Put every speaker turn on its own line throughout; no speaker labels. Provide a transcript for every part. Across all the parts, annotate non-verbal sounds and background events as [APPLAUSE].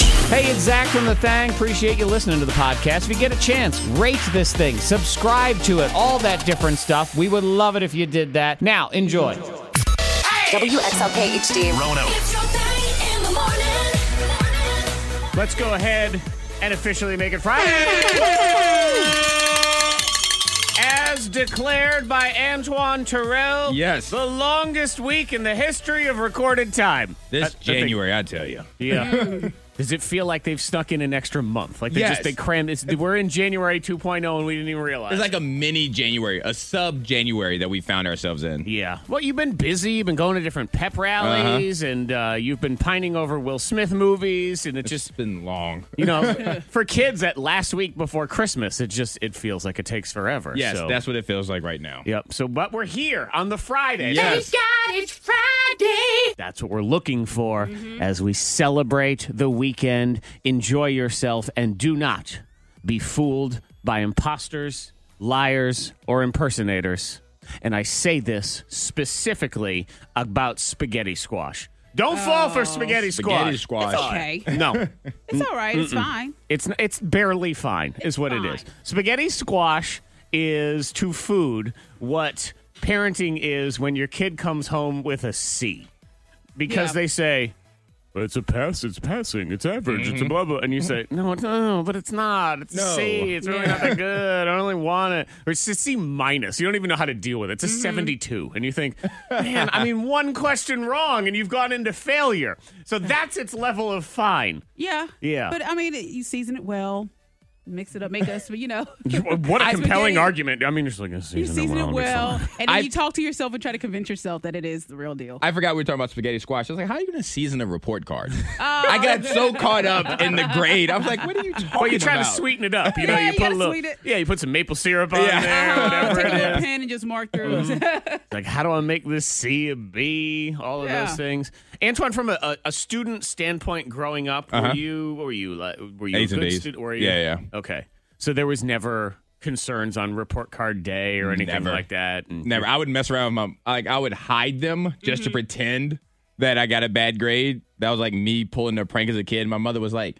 Hey, it's Zach from The Thang. Appreciate you listening to the podcast. If you get a chance, rate this thing, subscribe to it, all that different stuff. We would love it if you did that. Now, enjoy.
WXLK HD.
Rono.
It's your thing in the morning.
Let's go ahead and officially make it Friday. As declared by Antoine Terrell,
Yes.
the longest week in the history of recorded time.
This
I- I think-
January, I tell you. [LAUGHS]
Yeah. Does it feel like they've snuck in an extra month? Like they
Yes.
just they crammed this. We're in January 2.0 and we didn't even realize.
It's like a mini January, a sub January that we found ourselves in.
yeah. Well, you've been busy. You've been going to different
Uh-huh.
pep rallies, and uh, you've been pining over Will Smith movies, and it just
It's been long.
you
[LAUGHS]
know for kids that last week before Christmas, it just it feels like it takes forever.
Yes,
so.
that's what it feels like right now.
Yep. So, but we're here on the Friday.
Yes.
God, it's Friday.
That's what we're looking for
Mm-hmm.
as we celebrate the weekend. Enjoy yourself and do not be fooled by imposters, liars, or impersonators. And I say this specifically about spaghetti squash. Don't fall for spaghetti squash.
Oh. Spaghetti squash.
Okay.
[LAUGHS]
No,
It's all right. It's fine.
it's it's barely fine, is what it
fine.
is. Spaghetti squash is to food what parenting is when your kid comes home with a C, because
Yeah.
they say it's a pass, it's passing, it's average, it's
Mm-hmm.
a blah blah, and you say no, it's- no, but it's not. It's a
No.
C. It's really not
[LAUGHS]
that good. I don't really want it. Or it's a C minus. You don't even know how to deal with it.
Mm-hmm.
It's a seventy-two, and you
[LAUGHS]
think, man, I mean, one question wrong, and you've gone into failure. So that's its level of fine.
Yeah.
Yeah.
But I mean, it- you season it well, mix it up, make us,
[LAUGHS]
you know, you
What a
I
compelling
spaghetti-
argument. I mean, just like a season,
season it well, and
I-
then you talk to yourself and try to convince yourself that it is the real deal.
I forgot we were talking about spaghetti squash. I was like, how are you going to season a report card? I got so caught up in the grade. I was like, what are you talking about?
Well, you try to sweeten it
[LAUGHS]
up. You know,
Yeah,
you,
you
put a
gotta
little.
sweet it.
Yeah, you put some maple syrup on
Yeah.
there,
Uh, take a
whatever
little
it is. Mm-hmm.
pen and just mark through. [LAUGHS]
Like, how do I make this C a B? All of
Yeah.
those things. Antoine, from a, a, a student standpoint, growing up, were you? What were you? Like, were you
Uh-huh. A's
a
and
good
B's.
student? Were you?
Yeah, yeah.
Okay, so there was never concerns on report card day or anything
Never.
like that. And
Never. I would mess around with my, like, I would hide them just
Mm-hmm.
to pretend that I got a bad grade. That was like me pulling a prank as a kid. My mother was like,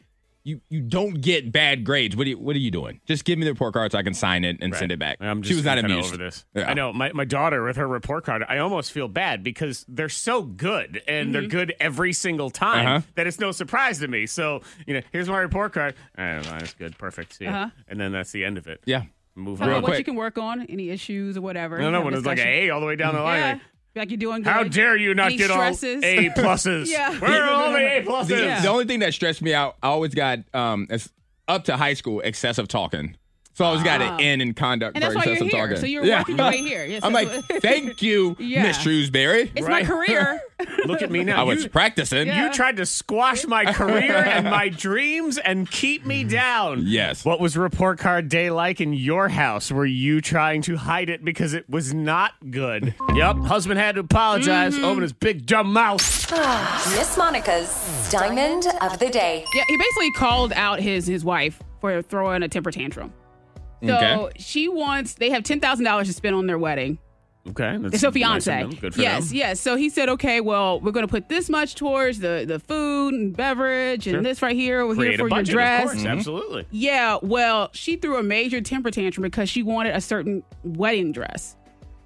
you, you don't get bad grades. What are you, what are you doing? Just give me the report card so I can sign it and send it back.
I'm just
she was not
kinda
amused.
over this.
Yeah.
I know my, my daughter with her report card. I almost feel bad because they're so good and
Mm-hmm.
they're good every single time
Uh-huh.
that it's no surprise to me. So you know, here's my report card. All right, well, that's good, perfect. See ya.
Uh-huh.
and then that's the end of it.
Yeah.
move
Talk
on.
about
Real
what
quick.
you can work on, any issues or whatever.
No,
you
no,
have
when it's like
discussion.
A all the way down the line.
Yeah.
like,
Like you're doing good.
How dare you not
Any
get
stresses?
all A pluses?
Yeah.
Where are all the A pluses?
The,
Yeah.
the only thing that stressed me out, I always got um as, up to high school excessive talking. So I always got an N in conduct
[LAUGHS] Ah. And that's
for
why you're
excessive
here.
talking.
So you're working
[LAUGHS]
your way here. Yes,
I'm
that's [LAUGHS]
like,
what-
thank you,
Yeah.
Miss Shrewsbury.
It's
Right.
my career.
[LAUGHS] Look at me now.
I was
You-
practicing.
Yeah.
You tried to squash my career and [LAUGHS] my dreams and keep me down.
Yes.
What was report card day like in your house? Were you trying to hide it because it was not good? [LAUGHS] yep. Husband had to apologize. Open his big dumb mouth.
Miss Monica's Diamond of the Day.
Yeah, he basically called out his his wife for throwing a temper tantrum. So
Okay.
she wants they have ten thousand dollars to spend on their wedding.
Okay. That's
So fiance.
nice of them. Good for
yes,
them.
yes. So he said, okay, well, we're going to put this much towards the the food and beverage and this right here over
Create
here for
a
your
budget,
dress.
Of course. Absolutely.
Yeah, well, she threw a major temper tantrum because she wanted a certain wedding dress.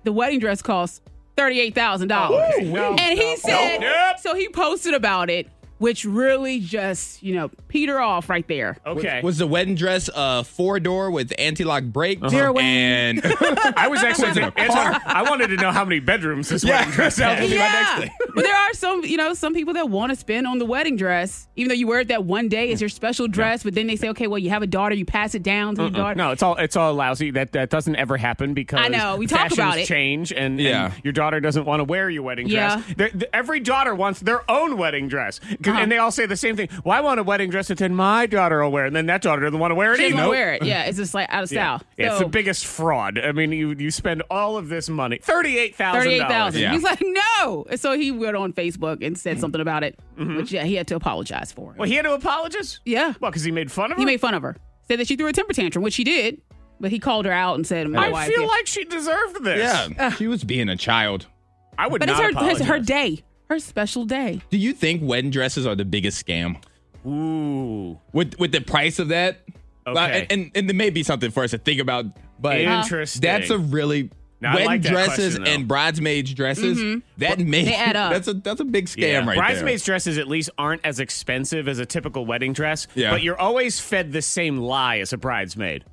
The wedding dress costs thirty-eight thousand dollars,
Ooh, well,
and he said.
nope. Yep.
So he posted about it, which really just you know peter off right there.
Okay.
Was the wedding dress a four door with anti lock brake?
Uh-huh.
Zero wing.
And
[LAUGHS]
[LAUGHS]
I was actually.
in a
Antoine, I wanted to know how many bedrooms this wedding [LAUGHS] dress
Yeah.
had.
That'll be my
Yeah. [LAUGHS]
next thing.
but there are some, you know, some people that want to spend on the wedding dress, even though you wear it that one day as your special dress. But then they say, okay, well, you have a daughter, you pass it down to your daughter.
No, it's all it's all lousy. That that doesn't ever happen because
I know. We talk about
fashions
it.
Change and,
Yeah.
and your daughter doesn't want to wear your wedding dress.
Yeah. Uh-huh.
They're- th- every daughter wants their own wedding dress, 'Cause- and they all say the same thing. Well, I want a wedding dress that then my daughter will wear, and then that daughter doesn't want to wear it
She doesn't
either.
wanna wear it. Yeah, it's just like out of
Yeah.
style.
Yeah, it's
So,
the biggest fraud. I mean, you you spend all of this money, thirty eight thousand.
Thirty-eight thousand.
Yeah.
He's like, no. And so he went on Facebook and said something about it, which yeah, he had to apologize for.
Mm-hmm. Well, he had to apologize.
yeah,
Well, because he made fun of her.
he made fun of her. Said that she threw a temper tantrum, which she did, but he called her out and said, "My
I
wife."
feel
yeah.
like she deserved this.
yeah, she was being a child.
I would
but it's
not
her,
apologize.
her her day, her special day.
Do you think wedding dresses are the biggest scam?
Ooh.
with with the price of that. Like,
Okay.
and, and and there may be something for us to think about, but
Interesting.
that's a really
Now, I
wedding
like that
dresses
question, though.
and bridesmaids dresses. That may
Mm-hmm. They add up.
That's a that's a big scam
Yeah.
right
Bridesmaids dresses at least aren't as expensive as a typical wedding dress,
Yeah.
but you're always fed the same lie as a bridesmaid.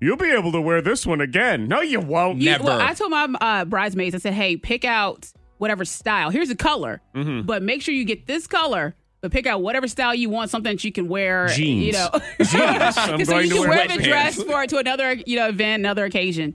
You'll be able to wear this one again. No, you won't. [LAUGHS]
You-
Never.
Well, I told my uh, bridesmaids, I said, hey, pick out whatever style. Here's a color,
Mm-hmm.
but make sure you get this color. But pick out whatever style you want, something that you can wear. You
Jeans.
know, [LAUGHS]
Jeans. I'm
so
going
you
to wear
can wear the
sweatpants.
dress for to another, you know, event, another occasion.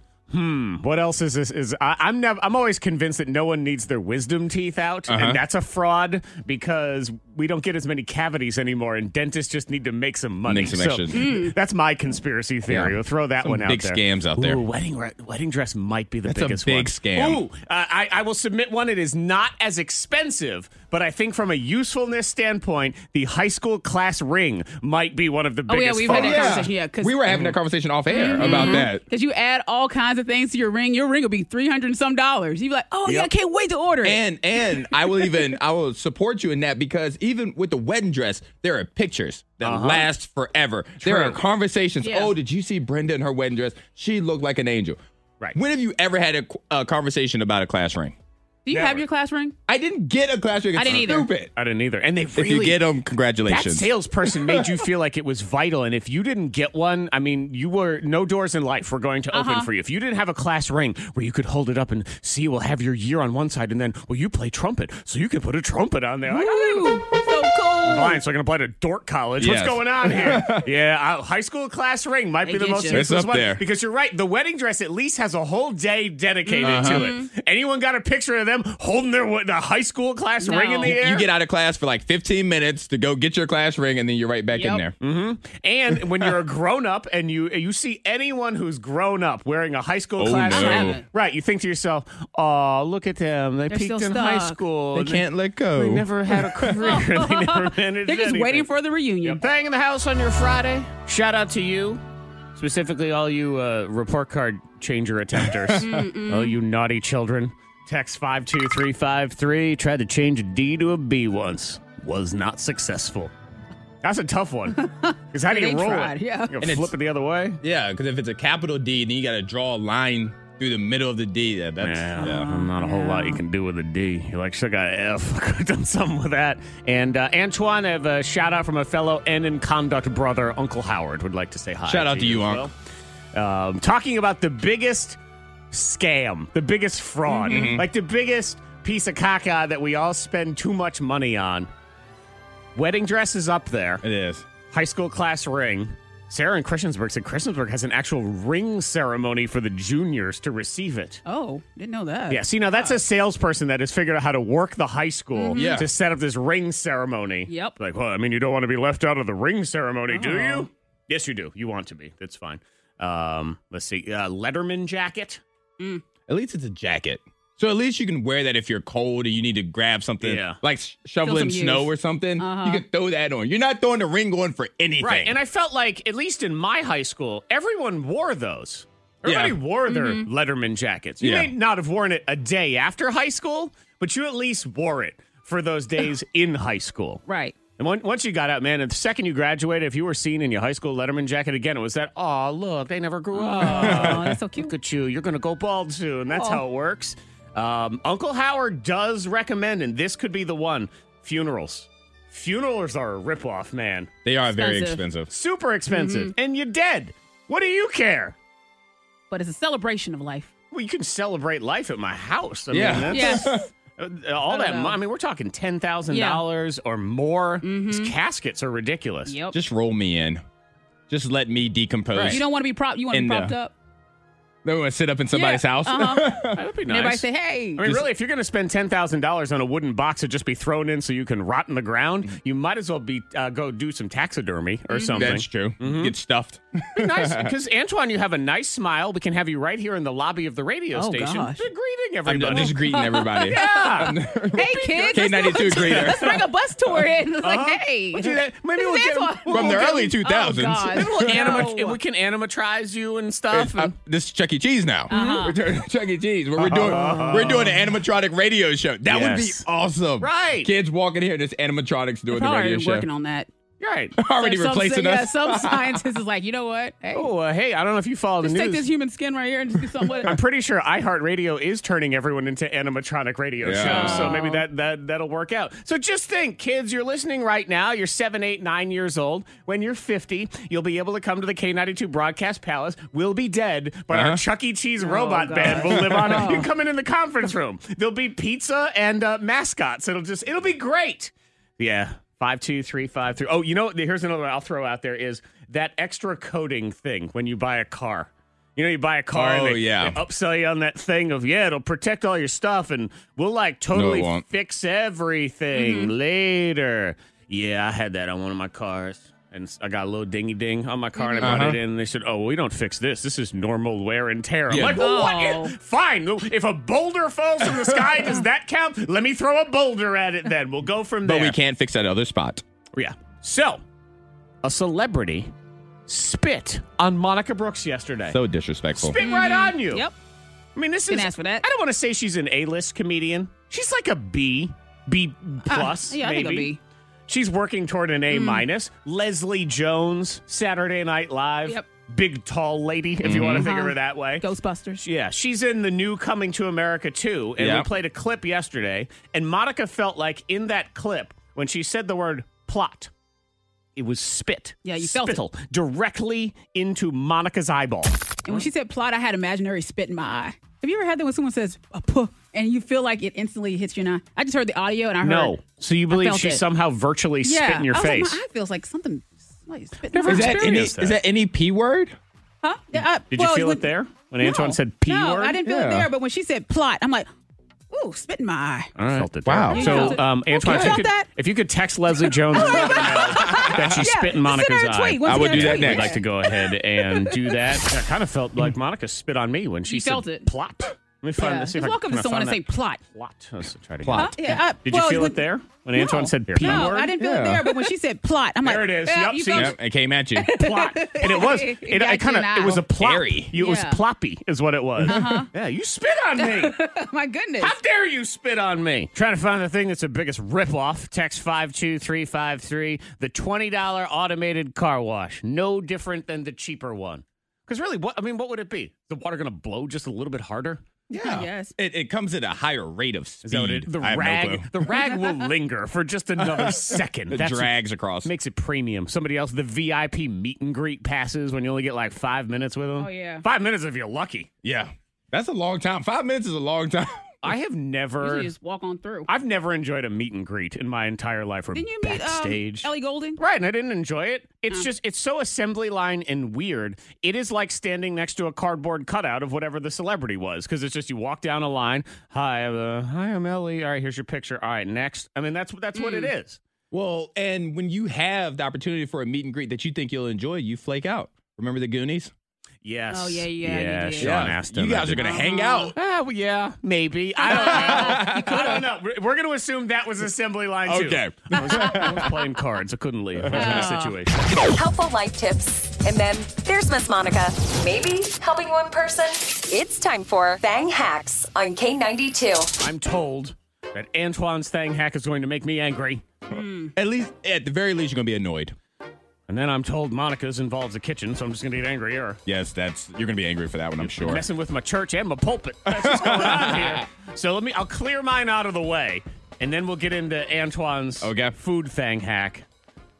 What else is this? Is I, I'm never. I'm always convinced that no one needs their wisdom teeth out,
Uh-huh.
and that's a fraud because we don't get as many cavities anymore, and dentists just need to make some money.
Make some
So,
extra-
Mm.
That's my conspiracy theory.
Yeah.
We'll throw that
Some
one out.
big
there.
scams out there.
Ooh, wedding re- wedding dress might be the
That's a
biggest
big
one.
scam.
Ooh, uh, I, I will submit one. It is not as expensive, but I think from a usefulness standpoint, the high school class ring might be one of the
Oh, yeah,
biggest.
we've had that
frauds.
there.
conversation, yeah, Mm-hmm. 'cause-
we were having that conversation off air about that.
Because you add all kinds of things to your ring, your ring will be three hundred and some dollars. You'd be like, oh yeah, I can't wait to order it.
And and I will even I will support you in that because even with the wedding dress, there are pictures that last forever. There
True.
are conversations.
Yeah.
Oh, did you see Brenda in her wedding dress? She looked like an angel.
Right.
When have you ever had a, qu- a conversation about a class ring?
Do you have your class ring?
I didn't get a class ring. It's
I didn't either.
stupid.
I didn't either, and they
If
really
you get them,
That
congratulations.
salesperson made
[LAUGHS]
you feel like it was vital, and if you didn't get one, I mean, you were no doors in life were going to open
Uh-huh.
for you. If you didn't have a class ring where you could hold it up and see, well, have your year on one side, and then, well, you play trumpet, so you can put a trumpet on there. Like, I'm
Ooh, so cool.
blind, so I can apply to Dork College.
Yes.
What's going on
[LAUGHS]
here? yeah, uh, high school class ring might be
I
the
get
most
you.
It's
useless
up
one
there.
because you're right. The wedding dress at least has a whole day dedicated to
Mm-hmm.
it. Anyone got a picture of them holding their wa- the high school class
No.
ring in the
You-
air?
you get out of class for like 15 minutes to go get your class ring, and then you're right back in
Yep.
there.
And when
[LAUGHS]
you're a grown up and you you see anyone who's grown up wearing a high school
Oh,
class
no.
ring,
haven't.
right? You think to yourself, "Oh, look at them! They
They're
peaked
still
in high
stuck.
school.
They can't let go.
They never
[LAUGHS]
had a career. [LAUGHS] they never managed.
They're just
anything.
waiting for the reunion.
Bang in the house on your Friday. Shout out to you, specifically all you uh, report card changer [LAUGHS] attempters. oh, you naughty children! Text five two three five three. Tried to change a D to a B once. Was not successful. That's a tough one. [LAUGHS] Because how do
They
you roll
tried,
it?
yeah.
You gonna
it's-
flip it the other way.
Yeah, because if it's a capital D, then you got to draw a line through the middle of the D. That, that's
Yeah,
yeah.
not a whole lot you can do with a D. You're like, should I F? [LAUGHS] Could have done something with that. And uh, Antoine, I have a shout out from a fellow N in conduct brother, Uncle Howard, would like to say hi.
Shout out to you,
as
Unc.
well. Um, talking about the biggest scam, the biggest fraud,
Mm-hmm.
like the biggest piece of caca that we all spend too much money on. Wedding dress is up there
It is.
high school class ring. Sarah in Christiansburg said Christiansburg has an actual ring ceremony for the juniors to receive it.
Oh, didn't know that.
Yeah, see, now that's a salesperson that has figured out how to work the high school
Yeah.
to set up this ring ceremony.
Yep.
Like, well, I mean, you don't want to be left out of the ring ceremony, do you? Yes, you do. You want to be. That's fine. Um, let's see. Uh, Letterman jacket.
At least it's a jacket. So at least you can wear that if you're cold and you need to grab something,
Yeah.
like sh- shoveling
use.
snow or something.
Uh-huh.
You can throw that on. You're not throwing the ring on for anything.
Right. And I felt like, at least in my high school, everyone wore those. Everybody
Yeah.
wore their Letterman jackets. You
Yeah.
may not have worn it a day after high school, but you at least wore it for those days in high school.
Right.
And on- once you got out, man, and the second you graduated, if you were seen in your high school Letterman jacket again, it was that, oh, look, they never grew
[LAUGHS]
up.
Oh, that's so cute.
Look at you. You're going to go bald soon. That's how it works. Um, Uncle Howard does recommend, and this could be the one funerals. Funerals are a ripoff, man.
they are very
Expensive.
expensive.
Super expensive. And you're dead. What do you care?
But it's a celebration of life.
Well, you can celebrate life at my house. I
Yeah.
mean, that's.
Yes.
[LAUGHS] Uh, All that
know.
money, I mean, we're talking ten thousand dollars or more. These caskets are ridiculous.
[LAUGHS] yep.
Just roll me in. Just let me decompose.
you don't want to be prop. You want to be
And, uh,
propped up.
Then we want to sit up in somebody's
Yeah,
house.
Uh-huh.
That would be
And
nice.
Everybody say, "Hey."
[LAUGHS] I mean, really, if you're going to spend ten thousand dollars on a wooden box to just be thrown in so you can rot in the
Mm-hmm.
ground, you might as well be uh, go do some taxidermy or something. Mm-hmm.
[LAUGHS] That's true.
[LAUGHS]
Get stuffed.
Be nice
[LAUGHS]
because Antoine, you have a nice smile. We can have you right here in the lobby of the radio
Oh,
station,
gosh.
You're greeting
I'm,
everybody.
I'm just
[LAUGHS]
greeting everybody. [LAUGHS]
yeah.
hey,
K
kids. let's
ninety two
do-
greeter
[LAUGHS] Let's bring a bus tour in. It's like, hey.
We'll
[LAUGHS]
do that. Maybe
this
we'll
is Oh,
get-
Antoine.
we'll-
from the
Okay.
early two thousands.
God.
Maybe we'll anima-
[LAUGHS] No.
we can animatrize you and
It's-
stuff.
uh,
and-
this is Chuck E. Cheese now.
Uh-huh.
[LAUGHS] We're turning to Chuck E. Cheese. Where we're doing we're doing an animatronic radio show. That would be
Uh-huh. Yes.
awesome.
Right.
Kids walking here, this animatronics doing the
Probably
radio
already
show.
working on that.
Right.
Already
So some-
replacing
yeah,
[LAUGHS]
us. [LAUGHS]
Some scientist is like, you know what? Hey,
Oh, uh, hey, I don't know if you follow
just
the
take
news.
this human skin right here and just do something with
I'm [LAUGHS]
it.
pretty sure iHeartRadio is turning everyone into animatronic radio
Yeah.
shows, so maybe that that that'll work out. So just think, kids, you're listening right now. You're seven, eight, nine years old. When you're 50, you'll be able to come to the K92 Broadcast Palace. We'll be dead, but our
Uh-huh.
Chuck E. Cheese robot
God.
band will live on.
Oh.
You can come in in the conference room. There'll be pizza and uh, mascots. It'll just it'll be great. Yeah. Five two three five three. Oh, you know, what? here's another one I'll throw out there is that extra coating thing when you buy a car. You know, you buy a car and
Oh,
they,
yeah.
they upsell you on that thing of yeah, it'll protect all your stuff and we'll like totally
won't.
fix everything
Mm-hmm.
later. Yeah, I had that on one of my cars. And s- I got a little dingy ding on my car, and I brought it
Uh-huh.
in. And they said, "Oh, we don't fix this. This is normal wear and tear." I'm
Yeah.
like, well, what?
Oh.
is- Fine. If a boulder falls from the
[LAUGHS]
sky, does that count? Let me throw a boulder at it. Then we'll go from there.
But we can't fix that other spot.
Yeah. So, a celebrity spit on Monica Brooks yesterday.
So disrespectful.
spit right on you.
Mm-hmm. Yep.
I mean, this
Didn't
is.
ask for that.
I don't want to say she's an A-list comedian. She's like a B, B
Ah,
plus. maybe.
yeah, I think Mm. it'll be.
She's working toward an A minus. Leslie Jones, Saturday Night Live.
Yep.
Big tall lady, if you want to think of her
Uh-huh.
that way.
Ghostbusters.
Yeah, she's in the new Coming to America too, and
Yeah.
we played a clip yesterday. And Monica felt like in that clip when she said the word plot, it was spit.
Yeah, you felt it.
spittle directly into Monica's eyeball.
And when she said plot, I had imaginary spit in my eye. Have you ever had that when someone says a puh and you feel like it instantly hits your eye? I just heard the audio and I heard.
No, so you believe
felt
she
it.
somehow virtually
Yeah.
spit in your
I was like,
face?
my eye feels like something. Like spit
Never
in
Is
my
that, any,
Experience
is
that.
that any P word?
Huh? Yeah, I-
Did you
well,
feel
when-
it there when
No.
Antoine said P
no,
word?
I didn't feel
Yeah.
it there, but when she said plot, I'm like, ooh, spit in my eye.
I felt it.
Wow.
there.
You
felt
So,
it.
um,
Okay.
Antoine, if
You
you
felt
could,
that? Oh
if you could text
[LAUGHS]
Leslie Jones and let her know that she
Yeah,
spit in
send
Monica's
her a
eye.
tweet. Once
I
you
would
get
do
a
that
tweet.
I'd
next.
like to go ahead and do that. I kind of felt like Monica spit on me when she
You
said
felt it.
plot. Let me find
Yeah.
this. See if
It's
I-
welcome
can
to
I
someone
find
to say
that.
plot.
plot. Let's try it again.
Huh?
Plot.
Yeah. I-
Did
well,
you feel
when-
it there when
No.
Antoine said P
No,
word?
I didn't feel
Yeah.
it there, but when she said plot, I'm like,
There it is.
yeah,
Yup,
you
see?
felt
Yep, it came at you.
[LAUGHS]
Plot. And it was. It,
It got you
kind of.
now.
It was a plop.
Hairy.
You- It was
Yeah. Uh-huh.
ploppy, is what it was. Yeah. You spit on [LAUGHS] me.
[LAUGHS] My goodness.
How dare you spit on me? Trying to find the thing that's the biggest ripoff. Text 52353. The $20 automated car wash. No different than the cheaper one. Because really, what I mean, what would it be? The water going to blow just a little bit harder?
Yeah. Yes.
It, it comes at a higher rate of speed.
Is that what it- the
I have no
rag,
clue.
the rag
[LAUGHS]
will linger for just another second.
It
That's what
drags across.
makes it premium. Somebody else, the VIP meet and greet passes when you only get like five minutes with them.
Oh, yeah.
five minutes if you're lucky.
yeah. That's a long time. Five minutes is a long time. [LAUGHS]
I have never,
Usually just walk on through.
I've never enjoyed a meet and greet in my entire life. Or
Didn't you meet um, Oh.
backstage.
Ellie Golding?
Right, and I didn't enjoy it. It's just it's so assembly line and weird. It is like standing next to a cardboard cutout of whatever the celebrity was because it's just you walk down a line. Hi, uh, hi, I'm Ellie. All right, here's your picture. All right, next. I mean, that's that's what it
Hmm.
is.
Well, and when you have the opportunity for a meet and greet that you think you'll enjoy, you flake out. Remember the Goonies?
Yes.
Oh, yeah, yeah, you
yeah.
did.
Sean asked him.
You guys are going to hang out.
Ah, well, yeah,
[LAUGHS]
maybe. I don't know. I don't know. We're- We're going to assume that was assembly line too.
Okay.
[LAUGHS] I was, I was playing cards. I couldn't leave. I was in a situation.
Helpful life tips. And then there's Miss Monica. Maybe helping one person. It's time for Bang Hacks on K92.
I'm told that Antoine's thing hack is going to make me angry.
At least, at the very least, you're going to be annoyed.
And then I'm told Monica's involves the kitchen, so I'm just gonna get angrier.
Yes, that's, you're going to be angry for that one, I'm sure.
Messing with my church and my pulpit. That's what's going
[LAUGHS]
on here. So let me I'll clear mine out of the way, and then we'll get into Antoine's
Okay.
food thing hack.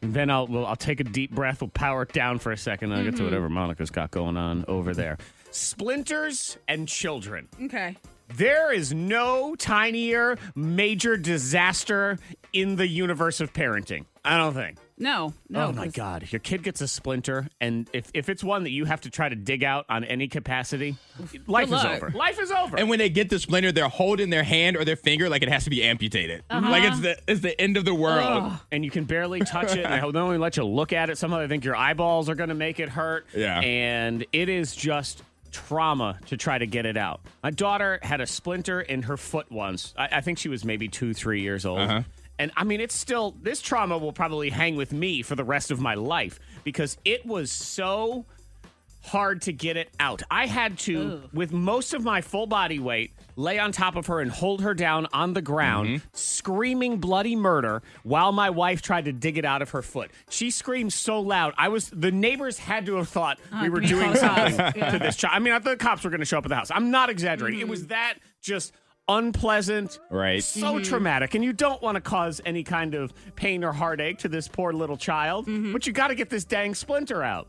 And then I'll we'll, I'll take a deep breath, we'll power it down for a second, and I'll
Mm-hmm.
get to whatever Monica's got going on over there. Splinters and children.
Okay.
There is no tinier major disaster in the universe of parenting. I don't think.
No. No.
Oh my
'cause-
God! Your kid gets a splinter, and if, if it's one that you have to try to dig out on any capacity, life is
luck.
over. Life is over.
And when they get the splinter, they're holding their hand or their finger like it has to be amputated. Like it's the it's the end of the world.
and you can barely touch it. And I don't only let you look at it. Somehow they think your eyeballs are going to make it hurt.
Yeah.
And it is just trauma to try to get it out. My daughter had a splinter in her foot once. I, I think she was maybe two, three years old. And I mean, it's still, this trauma will probably hang with me for the rest of my life because it was so hard to get it out. I had to, with most of my full body weight, lay on top of her and hold her down on the ground, screaming bloody murder while my wife tried to dig it out of her foot. She screamed so loud. I was, the neighbors had to have thought we were
Oh, please call
doing
the
something
cops. [LAUGHS] Yeah.
to this child. I mean, I thought the cops were going to show up at the house. I'm not exaggerating. It
Mm-hmm.
was that just unpleasant
Right.
so traumatic and you don't want to cause any kind of pain or heartache to this poor little child
Mm-hmm.
but you got to get this dang splinter out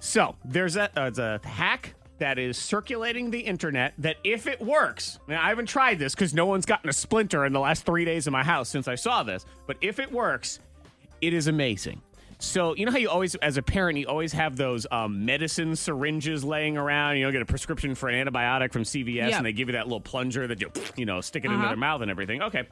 so there's a, uh, it's a hack that is circulating the internet that if it works now i haven't tried this because no one's gotten a splinter in the last three days in my house since i saw this but if it works it is amazing so you know how you always as a parent you always have those um, medicine syringes laying around you know get a prescription for an antibiotic from cvs
Yeah.
and they give you that little plunger that you you know stick it into their mouth and everything okay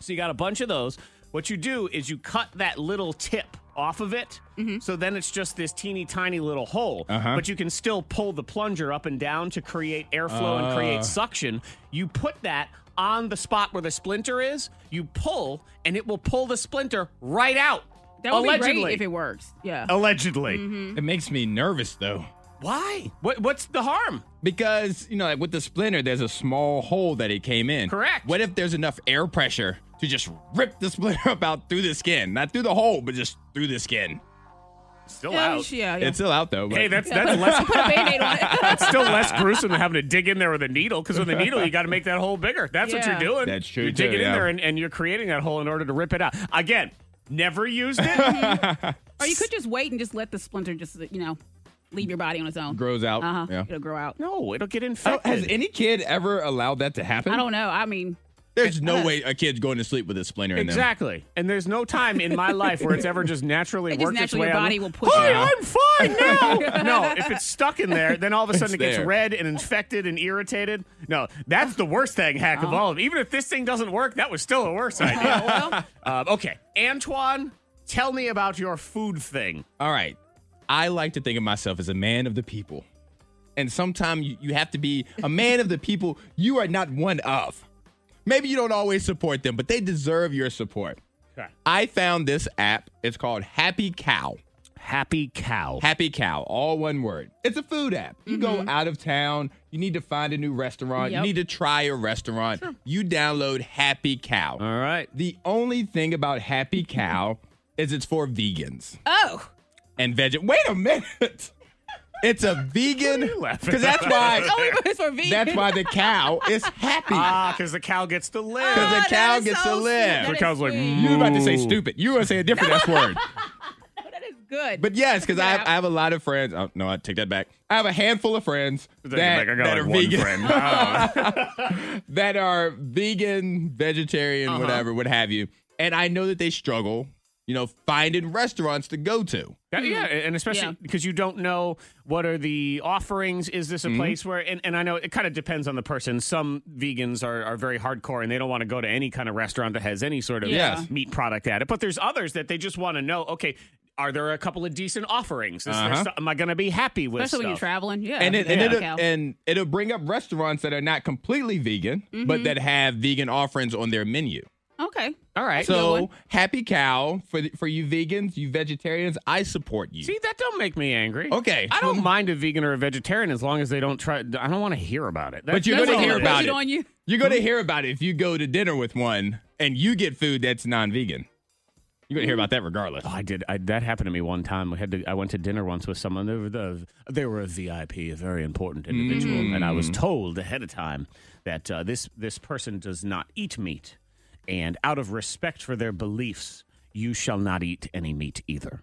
so you got a bunch of those. What you do is you cut that little tip off of it.
Mm-hmm.
So then it's just this teeny tiny little hole. But you can still pull the plunger up and down to create airflow and create suction. You put that on the spot where the splinter is, you pull, and it will pull the splinter right out.
That would
allegedly. Oh,
be great if it works. Yeah.
allegedly.
It makes me nervous though.
Why? What, what's the harm?
Because, you know, like with the splinter, there's a small hole that it came in.
Correct.
What if there's enough air pressure to just rip the [LAUGHS] splinter up out through the skin? Not through the hole, but just through the skin.
Still
Yeah,
out.
yeah, yeah. [LAUGHS]
It's still out though. But
Hey, that's that's less
Put a band-aid on
[LAUGHS]
it.
It's still less gruesome than having to dig in there with a needle because with a needle you got to make that hole bigger. That's what
Yeah.
you're doing.
That's true,
You're digging
too,
in
yeah.
there and, and you're creating that hole in order to rip it out. Again, never used
[LAUGHS]
it.
or you could just wait and just let the splinter just, you know, leave your body on its
[LAUGHS]
own.
grows out.
Uh huh.
Yeah.
It'll grow out.
no, it'll get
Oh,
infected.
has any kid ever allowed that to happen?
I don't know. I mean,
There's no way a kid's going to sleep with a splinter in them.
exactly. And there's no time in my life where it's ever just naturally
It just
worked its way
naturally your
out.
body will push
Hi,
it out."
I'm fine
[LAUGHS]
now. no, if it's stuck in there, then all of a sudden
It's
it gets
there.
red and infected and irritated. No, that's the worst thing hack
Oh.
of all of them. Even if this thing doesn't work, that was still a worse idea.
[LAUGHS] well,
Uh,
Um, okay, Antoine, tell me about your food thing.
All right. I like to think of myself as a man of the people. And sometimes you, you have to be a man of the people you are not one of. Maybe you don't always support them, but they deserve your support. I found this app. It's called Happy Cow.
Happy cow.
Happy Cow, all one word. It's a food app. You go out of town, you need to find a new restaurant,
Yep.
you need to try a restaurant. You download Happy Cow.
All right.
The only thing about Happy Cow is it's for vegans
oh,
[LAUGHS]
and veg. Wait a minute. [LAUGHS] It's a vegan
you laughing
because
[LAUGHS]
that's
oh,
why
it's for vegan.
that's why the cow is happy.
Ah, because the cow gets to live.
Because
[LAUGHS] Oh,
the cow
that is
gets
so
to
sweet.
live.
That
The
is
cow's like,
sweet.
"Mm."
you were about to say stupid. You were going to say a different S
[LAUGHS]
word.
that is good.
But yes, because I, have-
Yeah.
I have a lot of friends. Oh, no, I take that back. I have a handful of friends that,
Like, I got
that
like
are
one
vegan,
friend. Oh.
[LAUGHS] that are vegan, vegetarian,
Uh-huh.
whatever, what have you. And I know that they struggle, you know, finding restaurants to go to.
That- [LAUGHS] yeah, and
Yeah.
especially because you don't know what are the offerings. Is this a
Mm-hmm.
place where, and, and I know it kind of depends on the person. Some vegans are, are very hardcore and they don't want to go to any kind of restaurant that has any sort of
Yes.
meat product at it. But there's others that they just want to know okay, are there a couple of decent offerings? Is there
Uh-huh.
stu- am I going to be happy with
especially when you're
stuff?
traveling. Yeah.
and it, and,
Yeah.
it'll,
Cow.
and it'll bring up restaurants that are not completely vegan,
Mm-hmm.
but that have vegan offerings on their menu.
okay.
All right.
one.
So happy cow for the, for you vegans, you vegetarians. I support you.
See, that don't make me angry.
Okay.
I don't mind a vegan or a vegetarian as long as they don't try. I don't want to hear about it. That-
But you're
that's
gonna
all
hear
is.
about
it
it.
on you.
You're gonna hear about it if you go to dinner with one and you get food that's non-vegan. You're gonna hear about that regardless.
Oh, I did. I, that happened to me one time. We had to. I went to dinner once with someone. They were, the, they were a VIP, a very important individual, and I was
Mm.
told ahead of time that uh, this this person does not eat meat, and out of respect for their beliefs, you shall not eat any meat either.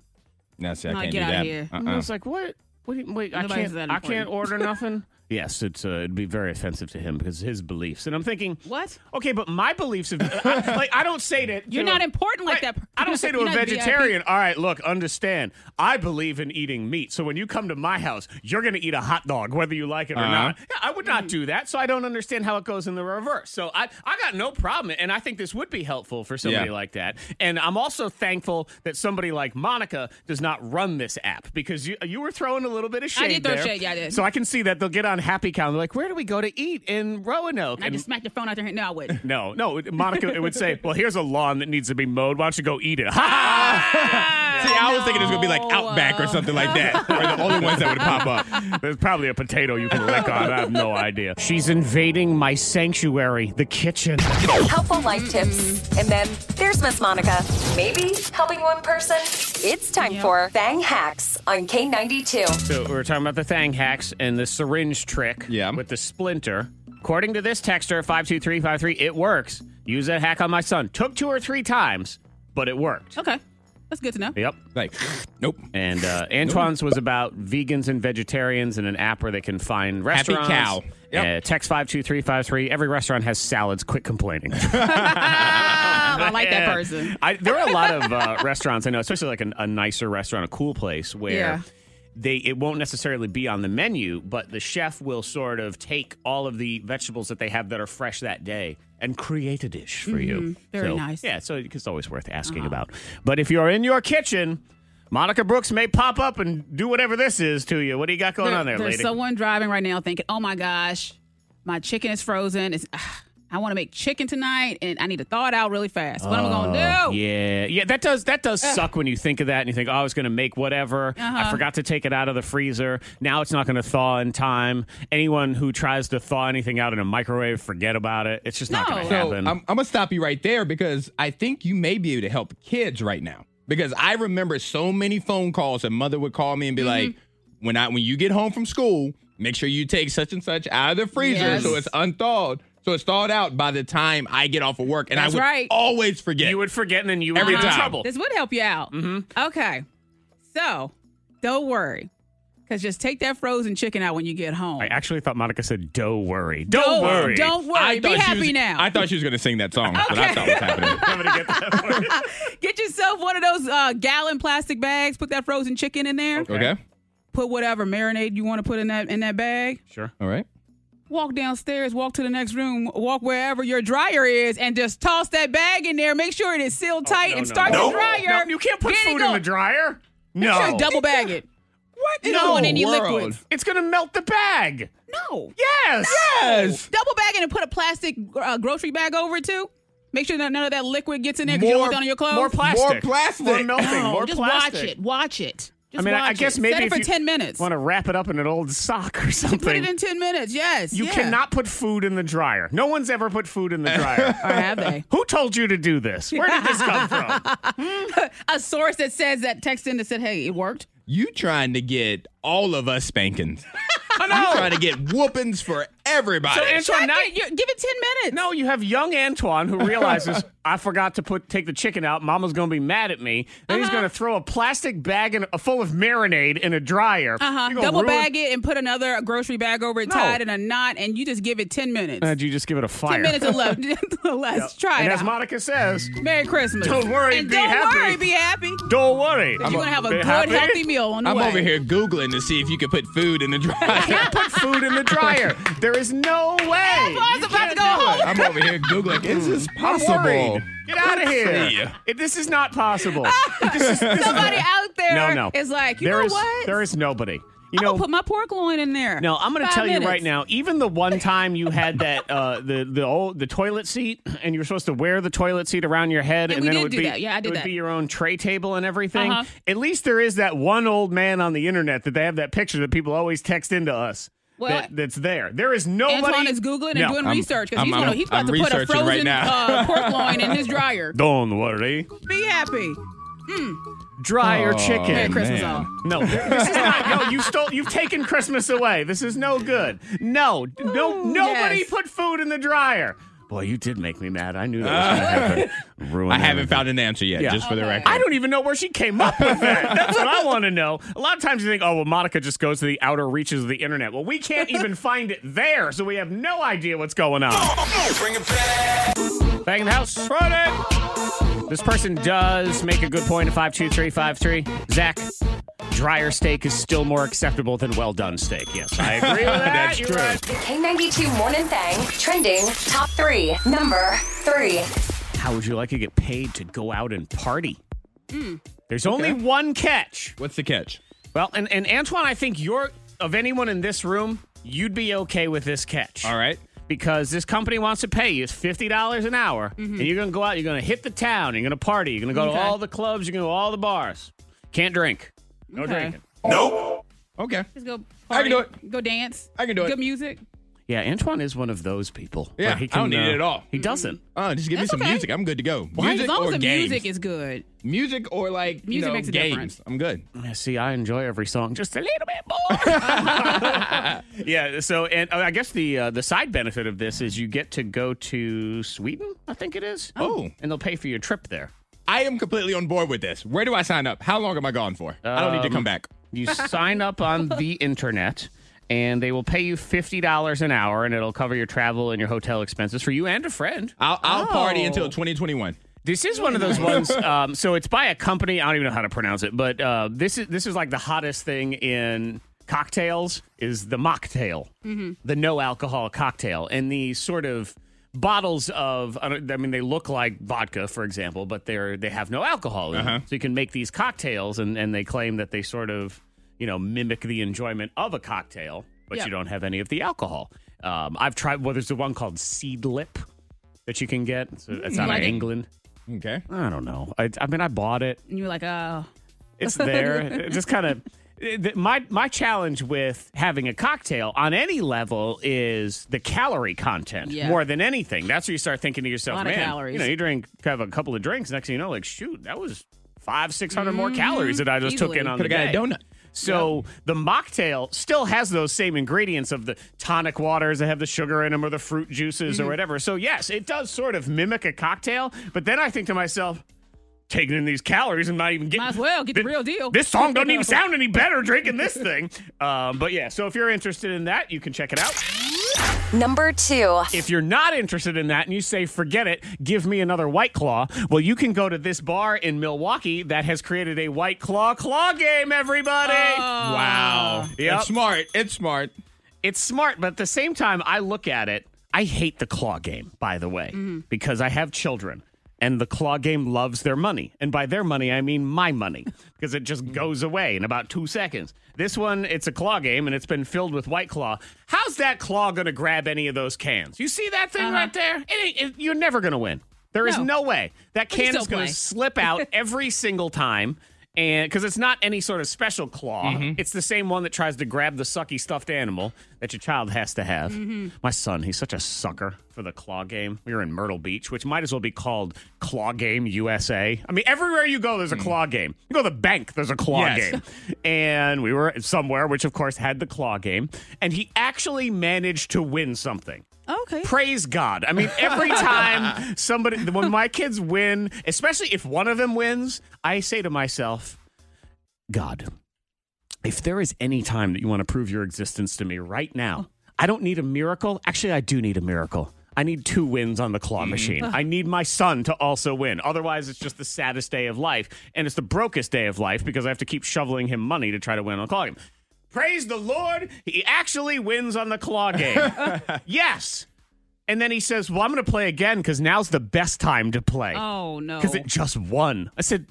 No, see, I
Nah,
can't
get
do
outta
that. Uh-uh.
here.
And I was like, what? What? do you- Wait, I
Nobody's
can't.
that
I can't
important. [LAUGHS]
order nothing. yes, it's uh, it'd be very offensive to him because his beliefs. And I'm thinking,
What?
Okay, but my beliefs of I, like I don't say that
You're
to
not
a-
important like that.
I don't say to
[LAUGHS] You're
a
not VIP.
vegetarian, all right, look, understand. I believe in eating meat. So when you come to my house, you're going to eat a hot dog, whether you like it or
Uh-huh.
not. Yeah, I would not do that. So I don't understand how it goes in the reverse. So I, I got no problem. And I think this would be helpful for somebody
Yeah.
like that. And I'm also thankful that somebody like Monica does not run this app because you, you were throwing a little bit of shade.
I did throw
there.
shade, yeah, I did.
So I can see that they'll get on on Happy Cow. And they're like, where do we go to eat in Roanoke?
And I
And
just smacked the phone out their hand. No,
[LAUGHS]
I wouldn't.
no, no. Monica it would say, well, here's a lawn that needs to be mowed. Why don't you go eat it? [LAUGHS] Ha!
See, I was thinking it was gonna be like Outback or something like that. Or the only ones that would pop up.
There's probably a potato you can lick on. I have no idea. She's invading my sanctuary, the kitchen.
helpful life tips. And then there's Miss Monica. Maybe helping one person. It's time for Bang Hacks on K92.
So we were talking about the thang hacks and the syringe trick
Yeah.
with the splinter. According to this texter, 52353, it works. Use that hack on my son. Took two or three times, but it worked.
Okay. That's good to know.
Yep.
Like, nope.
And uh, Antoine's was about vegans and vegetarians in an app where they can find restaurants.
Cow.
Uh,
Yep.
text 52353. Every restaurant has salads. Quit complaining.
Ah, I like
Yeah.
that
[LAUGHS]
person.
I, there are a lot of uh, [LAUGHS] restaurants I know, especially like an, a nicer restaurant, a cool place where
Yeah.
they it won't necessarily be on the menu, but the chef will sort of take all of the vegetables that they have that are fresh that day and create a dish for you.
Mm-hmm. Very
So,
nice. Uh-huh.
Yeah, so it's always worth asking about. But if you're in your kitchen. Monica Brooks may pop up and do whatever this is to you. What do you got going on there,
There's
lady?
someone driving right now thinking, oh my gosh, my chicken is frozen. It's, ah, I want to make chicken tonight and I need to thaw it out really fast. What am I going
Oh,
to do?
Yeah, yeah, that does that does suck when you think of that and you think, oh, I was going to make whatever.
Uh-huh.
I forgot to take it out of the freezer. Now it's not going to thaw in time. Anyone who tries to thaw anything out in a microwave, forget about it. It's just not going to
No.
So um,
happen.
I'm, I'm gonna stop you right there because I think you may be able to help kids right now. Because I remember so many phone calls and mother would call me and be
Mm-hmm.
like, "When I when you get home from school, make sure you take such and such out of the freezer
Yes.
so it's unthawed, so it's thawed out by the time I get off of work." And
That's
I would
right.
always forget.
you would forget, and then you would
Every
get in
time.
trouble.
Uh, This would help you out. Mm-hmm. Okay. So don't worry because just take that frozen chicken out when you get home.
I actually thought Monica said, "Don't worry, don't, worry,
Don't worry.
I thought
Be
she
happy
was-
now.
I thought she was gonna sing that song. That's what I thought was happening.
[LAUGHS]
I'm gonna get that word.
Get yourself one of those uh, gallon plastic bags. Put that frozen chicken in there.
Okay.
Put whatever marinade you want to put in that in that bag.
Sure.
All right.
Walk downstairs. Walk to the next room. Walk wherever your dryer is, and just toss that bag in there. Make sure it is sealed tight,
Oh, no,
and
no,
start
no.
the dryer.
No, you can't put
Get it
food in the Oh.
going.
dryer.
Make sure
No,
to double bag it.
What?
You don't
no,
want any
world.
liquids.
it's going to melt the bag.
No.
Yes.
Yes.
Double bag it and put a plastic uh, grocery bag over it too. Make sure that none of that liquid gets in there because you don't
More-
want that on your clothes.
More plastic.
plastic.
More melting.
No,
more
just
plastic.
watch it. Watch it.
I
Just
mean, I- I
watch
guess
it.
maybe
set it
if
for
you
ten minutes.
want to wrap it up in an old sock or
Put
something.
it in 10 minutes. Yes.
you
yeah.
cannot put food in the dryer. No one's ever put food in the dryer.
[LAUGHS] Or
[LAUGHS]
have they?
Who told you to do this? Where did this come
[LAUGHS]
from?
A source that says that text in that said, hey, it worked.
You trying to get all of us spankings. You trying to get whoopings for everybody.
So Antoine,
Check
now,
it. You- give it 10 minutes.
no, you have young Antoine who
[LAUGHS]
realizes I forgot to put take the chicken out. Mama's going to be mad at me. Then
Uh-huh.
he's going to throw a plastic bag in, a full of marinade in a dryer.
Uh-huh.
You're gonna
Double
ruin-
bag it and put another grocery bag over it,
No.
tied in a knot, and you just give it 10 minutes.
Uh, you just give it a fire.
10 minutes
[LAUGHS]
or less. [LAUGHS] or less. Try
and
it.
as
out.
Monica says,
Merry Christmas.
Don't worry,
and
be
don't
happy.
worry, be happy.
don't worry.
You're going to have a
Be
good,
happy.
healthy meal on the
I'm
way.
over here Googling to see if you could put food in
[LAUGHS]
the dryer.
can't put food in the dryer. There is no way.
Antoine's
You
Oh, about to
can't
go
do it.
home.
[LAUGHS] I'm over here Googling. Is this
I'm
possible?
worried. Get out of
See ya.
here. If this is not
[LAUGHS]
possible. this is,
Somebody out there
no,
is
no.
like, you
There
know
is-
what?
There is nobody. You
I'm
know,
gonna put my pork loin in there.
no, I'm going to
Five
tell you right
minutes.
now. Even the one time you had that uh, the the old the toilet seat, and you were supposed to wear the toilet seat around your head,
Yeah,
and
we
then it
did
would
do
be
that. Yeah, I
it
did
would
that.
be your own tray table and everything.
Uh-huh.
At least there is that one old man on the internet that they have that picture that people always text into us.
Well,
that, that's there. There is nobody.
Antoine is googling and
No.
doing
I'm-
research because
I'm-
he's, gonna-
I'm-
he's about
I'm
to put a
researching
frozen
right now.
[LAUGHS]
uh, pork loin in his dryer.
Don't worry.
Be happy.
Dry your chicken.
Merry Christmas,
man.
all.
No, [LAUGHS] this is not. No, you stole. You've taken Christmas away. This is no good. No, no, nobody
yes.
put food in the dryer. Boy, you did make me mad. I knew that was going to happen. Ruin.
I haven't
everything.
found an answer yet,
Yeah.
just for the
Okay.
record.
I don't even know where she came up with that. That's what I want to know. A lot of times you think, oh, well, Monica just goes to the outer reaches of the internet. Well, we can't even find it there, so we have no idea what's going on.
Bring it back.
Bang in the house. This person does make a good point at 52353. Zach, dryer steak is still more acceptable than well done steak. Yes, I agree with
[LAUGHS]
that.
That's
You're
true.
right.
The K92 Morning Thang trending top three. Number three.
How would you like to get paid to go out and party? There's only one catch.
What's the catch?
Well, and, and Antoine, I think you're, of anyone in this room, you'd be okay with this catch.
All right.
Because this company wants to pay you it's fifty dollars an hour,
Mm-hmm.
and you're gonna go out, you're gonna hit the town, you're gonna party, you're gonna go
Okay.
to all the clubs, you're gonna go to all the bars. Can't drink. No
Okay.
drinking.
Nope.
Okay.
Just go.
I
Party,
can do
Go dance.
I can do it.
Good music.
Yeah, Antoine is one of those people.
Yeah,
where
I don't need it at all.
He doesn't.
Uh, just give
That's
me some
okay.
music. I'm good to go.
Why?
Music
as long
or
as the
games.
music is good.
music or like you
Music
know,
makes a
games.
difference.
I'm good.
Yeah, See, I enjoy every song just a little bit
[LAUGHS]
more. [LAUGHS] yeah. So, and uh, I guess the uh, the side benefit of this is you get to go to Sweden. I think it is.
Oh.
and they'll pay for your trip there.
I am completely on board with this. Where do I sign up? How long am I gone for? I don't need to come back.
You sign up on the internet, and they will pay you fifty dollars an hour, and it'll cover your travel and your hotel expenses for you and a friend.
I'll, I'll party until
Oh.
2021.
This is one of those ones. Um, so it's by a company. I don't even know how to pronounce it, but uh, this is this is like the hottest thing in cocktails is the mocktail,
Mm-hmm.
the no alcohol cocktail, and the sort of bottles of. I don't- I mean, they look like vodka, for example, but they're they have no alcohol in them. So you can make these cocktails, and and they claim that they sort of you know mimic the enjoyment of a cocktail, but
Yeah.
you don't have any of the alcohol. Um, I've tried. Well, there's the one called Seed Lip. That you can get. It's, it's out
Mm-hmm. like
of
it?
England.
Okay.
I don't know. I, I mean, I bought it.
And you're like, oh,
It's
[LAUGHS]
there. It just kind of my my challenge with having a cocktail on any level is the calorie content
Yeah.
more than anything. That's where you start thinking to yourself,
Lot of
man,
calories.
you know, you drink have a couple of drinks, next thing you know, like shoot, that was five six more calories that I just took
Mm-hmm. Easily.
in on
Coulda
the
got a
day.
donut.
So the mocktail still has those same ingredients of the tonic waters that have the sugar in them or the fruit juices
Mm-hmm.
or whatever. So yes, it does sort of mimic a cocktail. But then I think to myself, taking in these calories and not even getting
Might as well get the real deal.
This song doesn't
[LAUGHS]
even sound any better drinking this thing. Um, but yeah, so if you're interested in that, you can check it out.
Number two.
If you're not interested in that and you say, forget it, give me another White Claw, well, you can go to this bar in Milwaukee that has created a White Claw Claw game, everybody.
Oh.
Wow.
Yep.
It's smart. It's smart.
It's smart, but at the same time, I look at it. I hate the claw game, by the way, because I have children and the claw game loves their money. And by their money, I mean my money because it just goes away in about two seconds. This one, it's a claw game and it's been filled with white claw. How's that claw going to grab any of those cans? You see that thing right there? It ain't, it, you're never going to win. There is no.
No.
way. That can
still
is going
play.
to slip out every single time. And because it's not any sort of special claw, it's the same one that tries to grab the sucky stuffed animal that your child has to have. My son, he's such a sucker for the claw game. We were in Myrtle Beach, which might as well be called Claw Game USA. I mean, everywhere you go, there's a claw game. You go to the bank, there's a claw
Yes.
game. And we were somewhere, which of course had the claw game. And he actually managed to win something.
okay.
Praise God. I mean, every time somebody, when my kids win, especially if one of them wins, I say to myself, God, if there is any time that you want to prove your existence to me right now, I don't need a miracle. Actually, I do need a miracle. I need two wins on the claw machine. I need my son to also win. Otherwise, it's just the saddest day of life. And it's the brokest day of life because I have to keep shoveling him money to try to win on the claw game. Praise the Lord, he actually wins on the claw
[LAUGHS]
game. yes. And then he says, Well, I'm going to play again because now's the best time to play
Oh no.
because it just won. I said,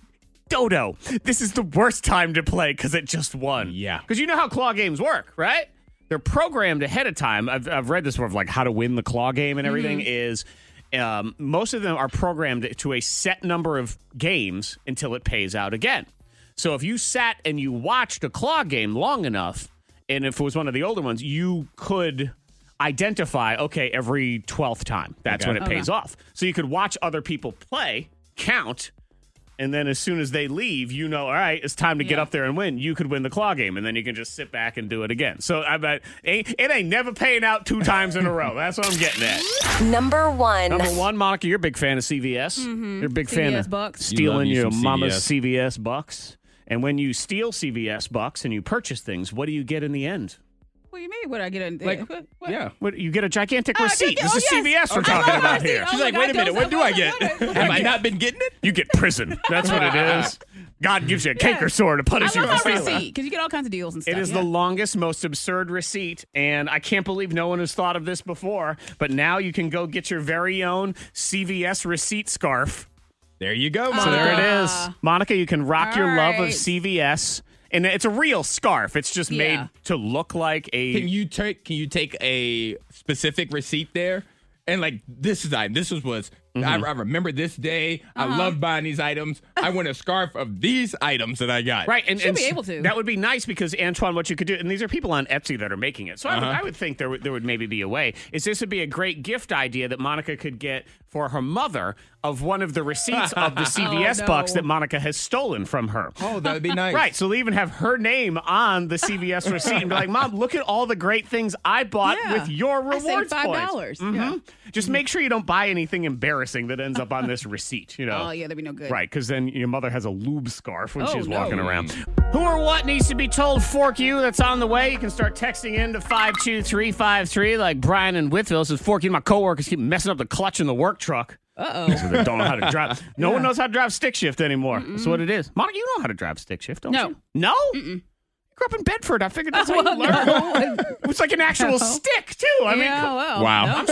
Dodo, this is the worst time to play because it just won.
Yeah.
Because you know how claw games work, right? They're programmed ahead of time. I've, I've read this sort of like how to win the claw game and everything is um, most of them are programmed to a set number of games until it pays out again. So if you sat and you watched a claw game long enough, and if it was one of the older ones, you could identify, okay, every 12th time, that's
Okay.
when it pays off. So you could watch other people play, count, and then as soon as they leave, you know, all right, it's time to get
Yeah.
up there and win. You could win the claw game, and then you can just sit back and do it again. So I bet ain't- it ain't never paying out two times in a row. That's what I'm getting
[LAUGHS]
at.
Number one.
Number one, Monica, you're a big fan of CVS.
Mm-hmm.
You're a big fan
CVS
of
bucks. You
stealing
love you
your
some
mama's
CVS.
CVS bucks. And when you steal CVS bucks and you purchase things, what do you get in the end?
What do you mean? What I get in?
Like,
what?
yeah.
What, you get a gigantic
Oh, I
receipt.
get-
This
oh,
is
[LAUGHS]
yes.
CVS we're
Okay.
talking
Oh,
about
[LAUGHS] I see.
here.
Oh
She's
my
like,
God,
wait a minute.
those
What
are-
do I
those
get?
are-
Have I not been getting it?
You get prison. That's what it
[LAUGHS]
is. God gives you a cake or sword to
I
punish you for
love that
stealing.
receipt because you get all kinds of deals and stuff.
It is the longest, most absurd receipt, and I can't believe no one has thought of this before. But now you can go get your very own CVS receipt scarf.
There you go.
So
Monica.
there it is, Monica. You can rock your love of
Alright.
CVS and it's a real scarf. It's just
Yeah.
made to look like a.
Can you take can you take a specific receipt there? And like this is I this was was I, I remember this day. I love buying these items. I want a scarf of these items that I got.
Right, and,
Should
and
be
s-
able to.
That would be nice because Antoine, what you could do, and these are people on Etsy that are making it. So I,
Uh-huh.
would, I would think there would, there would maybe be a way. Is this would be a great gift idea that Monica could get for her mother of one of the receipts of
[LAUGHS]
the CVS
Oh, no.
bucks that Monica has stolen from her.
Oh, that would [LAUGHS] be nice.
Right, so they even have her name on the
[LAUGHS]
CVS receipt and be like, "Mom, look at all the great things I bought
Yeah.
with your
I
rewards
saved $5.
points."
Yeah.
Mhm. Just make sure you don't buy anything embarrassing that ends up on this receipt. You know?
Oh, yeah, that'd be no good.
Right, because then your mother has a lube scarf when
Oh,
she's
no.
walking around. Who or what needs to be told Fork You that's on the way? You can start texting in to 52353 like Brian and Whitville says, Fork You, my coworkers keep messing up the clutch in the work truck. Uh-oh. So they don't know how to drive. No one knows how to drive stick shift anymore. That's what it is. Monica, you know how to drive stick shift, don't
No.
you? No? You grew up in Bedford. I figured
[LAUGHS]
that's how
Well,
you learned.
no.
It's like an actual
No.
stick, too. I mean,
yeah, well,
Wow.
no.
I'm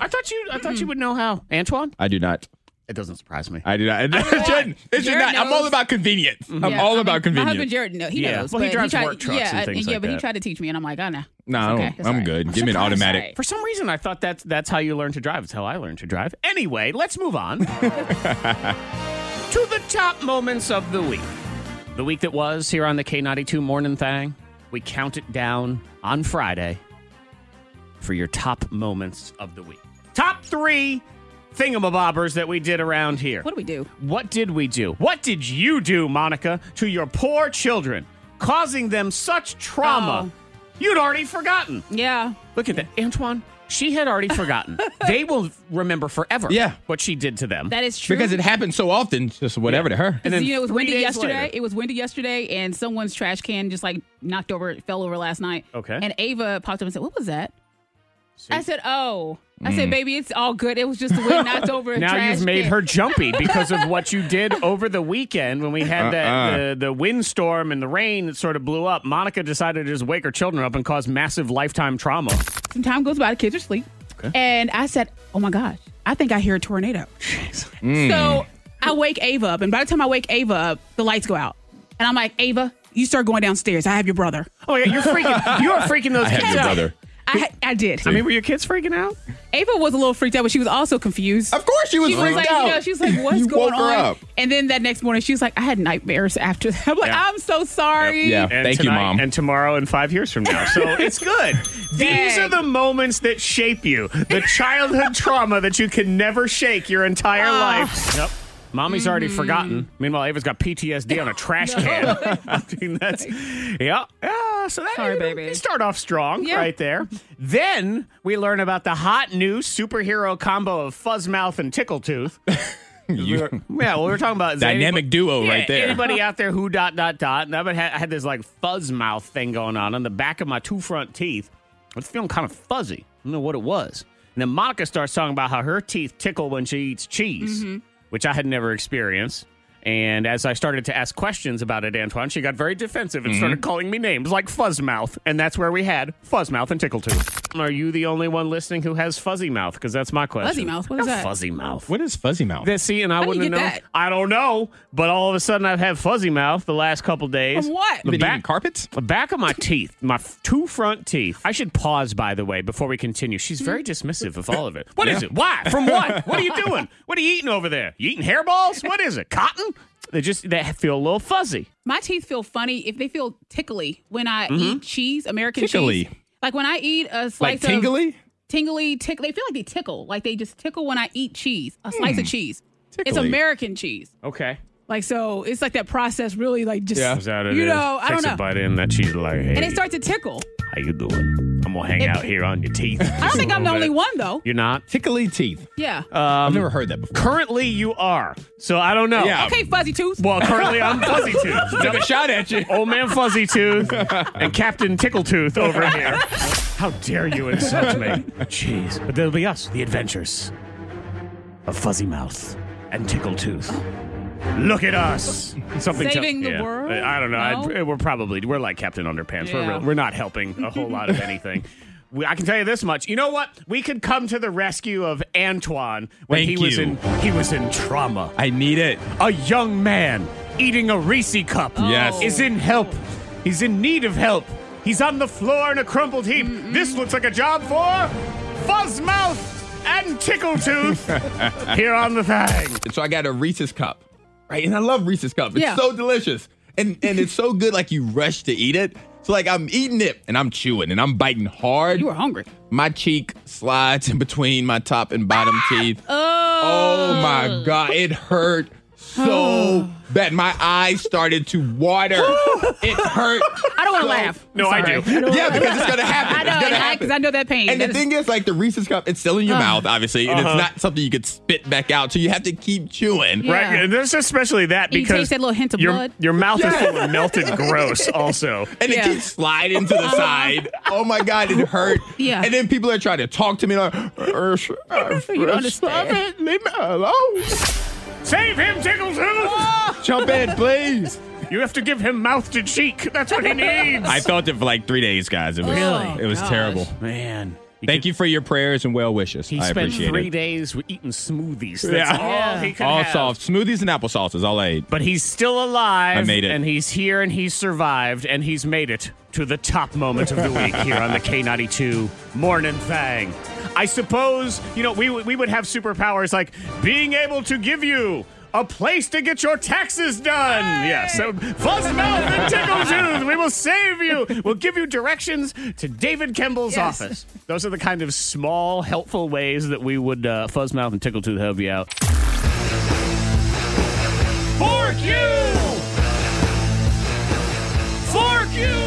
I thought you I thought you would know how. Antoine?
I do not.
It doesn't surprise me.
I do not. It shouldn't. It should not.
Jared
I'm all
knows.
about convenience. I'm
Yeah,
all
I mean,
about
My husband
convenience.
Jared, no, he
Yeah.
knows.
Well, he
but
drives
tried,
work trucks
yeah,
and
I-
things
yeah,
like
but he
that.
tried to teach me, and I'm like, I know.
No, I don't-
Okay, that's
I'm
all right.
good. Give me an
surprised.
automatic.
For some reason, I thought that's that's how you learn to drive. It's how I learned to drive. Anyway, let's move on to the top moments of the week. The week that was here on the K92 Morning Thing. We count it down on Friday for your top moments of the week. Top three thingamabobbers that we did around here.
What do we do?
What did we do? What did you do, Monica, to your poor children, causing them such trauma? You'd already forgotten.
Yeah.
Look at that, Antoine. She had already forgotten. they will remember forever.
Yeah.
what she did to them.
That is true.
Because it happens so often, just whatever to her.
and then
you know, it was
three
windy
days
yesterday.
later-
It was windy yesterday, and someone's trash can just like knocked over, fell over last night.
Okay.
And Ava popped up and said, "What was that?" I said, "Oh." I
Mm.
said, "Baby, it's all good. It was just the
[LAUGHS]
wind knocked over a
now
trash
you've made
can." [LAUGHS]
her jumpy because of what you did over the weekend when we had that
Uh-uh.
the, the windstorm and the rain that sort of blew up. Monica decided to just wake her children up and cause massive lifetime trauma.
Some time goes by, the kids are asleep, and I said, "Oh my gosh, I think I hear a tornado." [LAUGHS]
Mm.
So I wake Ava up, and by the time I wake Ava up, the lights go out, and I'm like, "Ava, you start going downstairs. I have your brother."
Oh yeah, you're freaking you're freaking those
I have
kids
your
out.
brother.
I I did.
I mean, were your kids freaking out?
Ava was a little freaked out, but she was also confused.
Of course, she was
she was
freaked
like,
out.
you know, she
[LAUGHS]
was like, what's
You
going
woke her
on?
up.
And then that next morning, she was like, I had nightmares after that. [LAUGHS] I'm like,
Yeah.
I'm so sorry.
Yeah.
And
Thank you,
tonight
Mom.
And tomorrow and five years from now. So it's
[LAUGHS]
good. These
Dang.
are the moments that shape you. The childhood trauma that you can never shake your entire
Ah.
life. Yep. Mommy's already
Mm-hmm.
forgotten. Meanwhile, Ava's got PTSD on a trash can.
[LAUGHS]
I mean, that's yeah. yeah so that
Sorry,
you know,
baby.
you start off strong
Yeah.
right there. Then we learn about the hot new superhero combo of Fuzzmouth and
[LAUGHS]
Tickletooth.
You-
Yeah, well, we were talking about is there
[LAUGHS] Dynamic
anybody-
duo
Yeah,
right there.
Anybody out there who dot dot dot? And I've had, I had this like fuzz mouth thing going on on the back of my two front teeth. I was feeling kind of fuzzy. I don't know what it was. And then Monica starts talking about how her teeth tickle when she eats cheese,
Mm-hmm.
which I had never experienced. And as I started to ask questions about it, Antoine, she got very defensive and
Mm-hmm.
started calling me names like Fuzzmouth. And that's where we had Fuzzmouth and Tickletooth. Are you the only one listening who has Fuzzy Mouth? Because that's my question.
Fuzzy mouth? What is
No
that?
Fuzzy Mouth.
what is fuzzy mouth?
That see, and I
do you
wouldn't have
get
known.
that?
I don't know, but all of a sudden I've had fuzzy mouth the last couple days.
From what?
The
Been eating
back,
carpets?
the back of my teeth, my f- two front teeth. I should pause, by the way, before we continue. She's very dismissive of all of it. Hmm. What is it? Why? From [LAUGHS] what? What are you doing? What are you eating over there? You eating hairballs? What is it? Cotton? They just they feel a little fuzzy.
My teeth feel funny if they feel tickly when I
Mm-hmm.
eat cheese, American
Tickly.
cheese. Like when I eat a
Like
slice of
tingly?
tingly, tickle. They feel like they tickle. Like they just tickle when I eat cheese, a slice of cheese. It's
Hmm. Tickly.
American cheese.
Okay.
Like, so it's like that process really like just,
Yeah.
Is that it
you
is?
know, I
Takes
don't
a
know.
bite in that she's like, hey,
And they start to tickle.
how you doing? I'm gonna hang out here on your teeth.
I don't think I'm the only one though.
You're not.
Tickly teeth.
Yeah.
I've never heard that before.
Currently, you are. So I don't know.
Yeah.
okay, fuzzy tooth.
Well, currently I'm fuzzy [LAUGHS] tooth.
[LAUGHS] Took a shot at you.
Old Man Fuzzy Tooth and Captain Tickle Tooth over here. How dare you insult me? Jeez. But there'll be us, the adventures of Fuzzy Mouth and Tickle Tooth. Look at us! Something
Saving the world?
I don't know. I'd-
No?
we're probably we're like Captain Underpants. We're
Yeah.
real, we're not helping a whole
[LAUGHS]
lot of anything. We, I can tell you this much. You know what? We could come to the rescue of Antoine when
Thank
he was
you.
in he was in trauma
I need it.
a young man eating a Reese cup.
Yes.
Is in help. He's in need of help. He's on the floor in a crumpled heap. This looks like a job for Fuzzmouth and Tickletooth
[LAUGHS]
here on the thing.
so I got a Reese's cup, right? And I love Reese's cup. It's
Yeah.
so delicious, and and it's so good. Like you rush to eat it. So like I'm eating it and I'm chewing and I'm biting hard.
You were hungry.
My cheek slides in between my top and bottom
Ah!
teeth. Oh my god, it hurt
[SIGHS]
so bad. My eyes started to
[GASPS]
water. it hurt.
I don't want to laugh.
No, I do.
Yeah, because it's gonna happen. It's gonna
I know,
happen.
because I, Uh-huh. know that pain.
And the
That is-
thing is, like the Reese's cup, it's still in your mouth, obviously, and it's not something you could spit back out. So you have to keep chewing.
Yeah.
Right, and there's especially that
You taste
because
that little hint of
your,
blood.
Your mouth is full [LAUGHS] of melted gross. [LAUGHS] Also,
And
Yeah. Uh-huh.
it keeps sliding to the side. Oh my god, it hurt.
Yeah.
And then people are trying to talk to me
[LAUGHS]
like, "Uh, sh- uh,
You don't
uh, stop
understand.
it. Leave me alone.
save him, Tickletooth.
Jump in, please.
You have to give him mouth to cheek. That's [LAUGHS] what he needs.
I felt it for like three days, guys. It was
Really?
it was
Gosh.
terrible.
Man,
Thank you for your prayers and well wishes.
He
I
spent
appreciate
three
it.
days eating smoothies. That's
Yeah.
all
Yeah.
he could
All
have.
soft smoothies and applesauce is all I ate.
But he's still alive.
I made it.
And he's here and he's survived and he's made it to the top moment of the
[LAUGHS]
week here on the K92 Morning Thang. I suppose, you know, we, we would have superpowers like being able to give you a place to get your taxes done. Yeah, so Fuzzmouth and Tickletooth, we will save you. We'll give you directions to David Kemble's
Yes.
office. Those are the kind of small, helpful ways that we would uh, Fuzzmouth and Tickletooth help you out. Fork you! Fork you!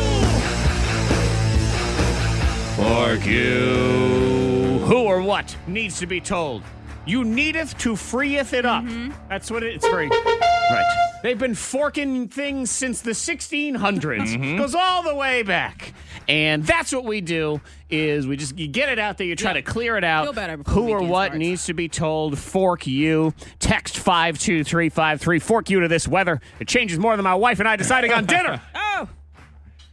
Fork you! Who or what needs to be told? You needeth to freeth it up.
Mm-hmm.
That's what it, it's very. Right. They've been forking things since the 1600s.
Mm-hmm.
Goes all the way back. And that's what we do is we just you get it out there, you try to clear it out.
Feel better before
Who
the
or
weekend
what
starts.
needs needs to be told, fork you. Text 52353, fork you to this weather. It changes more than my wife and I deciding on
[LAUGHS]
dinner.
Oh.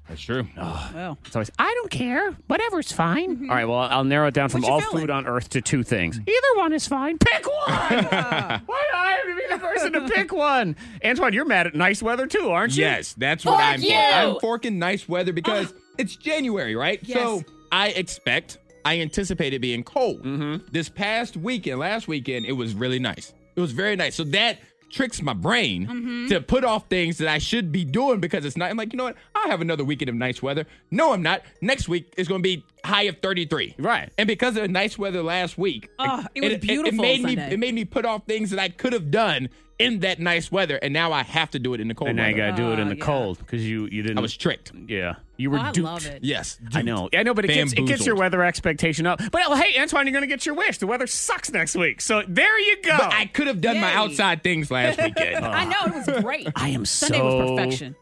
That's true.
Well,
It's always, I don't care. Whatever's fine. Mm-hmm. All right, well, I'll narrow it down from
What you
all
feeling?
food on earth to two things. Either one is fine. Pick one. [LAUGHS] Why do I have to be the person to pick one? Antoine, you're mad at nice weather too, aren't you?
Yes, that's what I'm for. I'm forking nice weather
[GASPS]
because it's January, right? So
Yes.
I expect, I anticipate it being cold.
Mm-hmm.
This past weekend, last weekend, it was really nice. It was very nice. So that tricks my brain
Mm-hmm.
to put off things that I should be doing because it's not. I'm like, you know what? I'll have another weekend of nice weather. No, I'm not. Next week is going to be high of 33.
Right.
And because of the nice weather last week,
Oh, it was
It,
beautiful
made
Sunday.
me. It made me put off things that I could have done in that nice weather, and now I have to do it in the cold.
And now you
weather.
got to do it in
Oh,
the
yeah.
cold because you, you didn't.
I was tricked.
yeah. You were
I
duped.
love it.
Yes.
I know. I know, but it gets, it gets your
Bamboozled.
weather expectation up. But oh, hey, Antoine, you're going to get your wish. The weather sucks next week. So there you go.
But I could have done my
Yay.
outside things last weekend.
Oh. I know
[SIGHS]
it was great.
I am
Sunday
so
was perfection.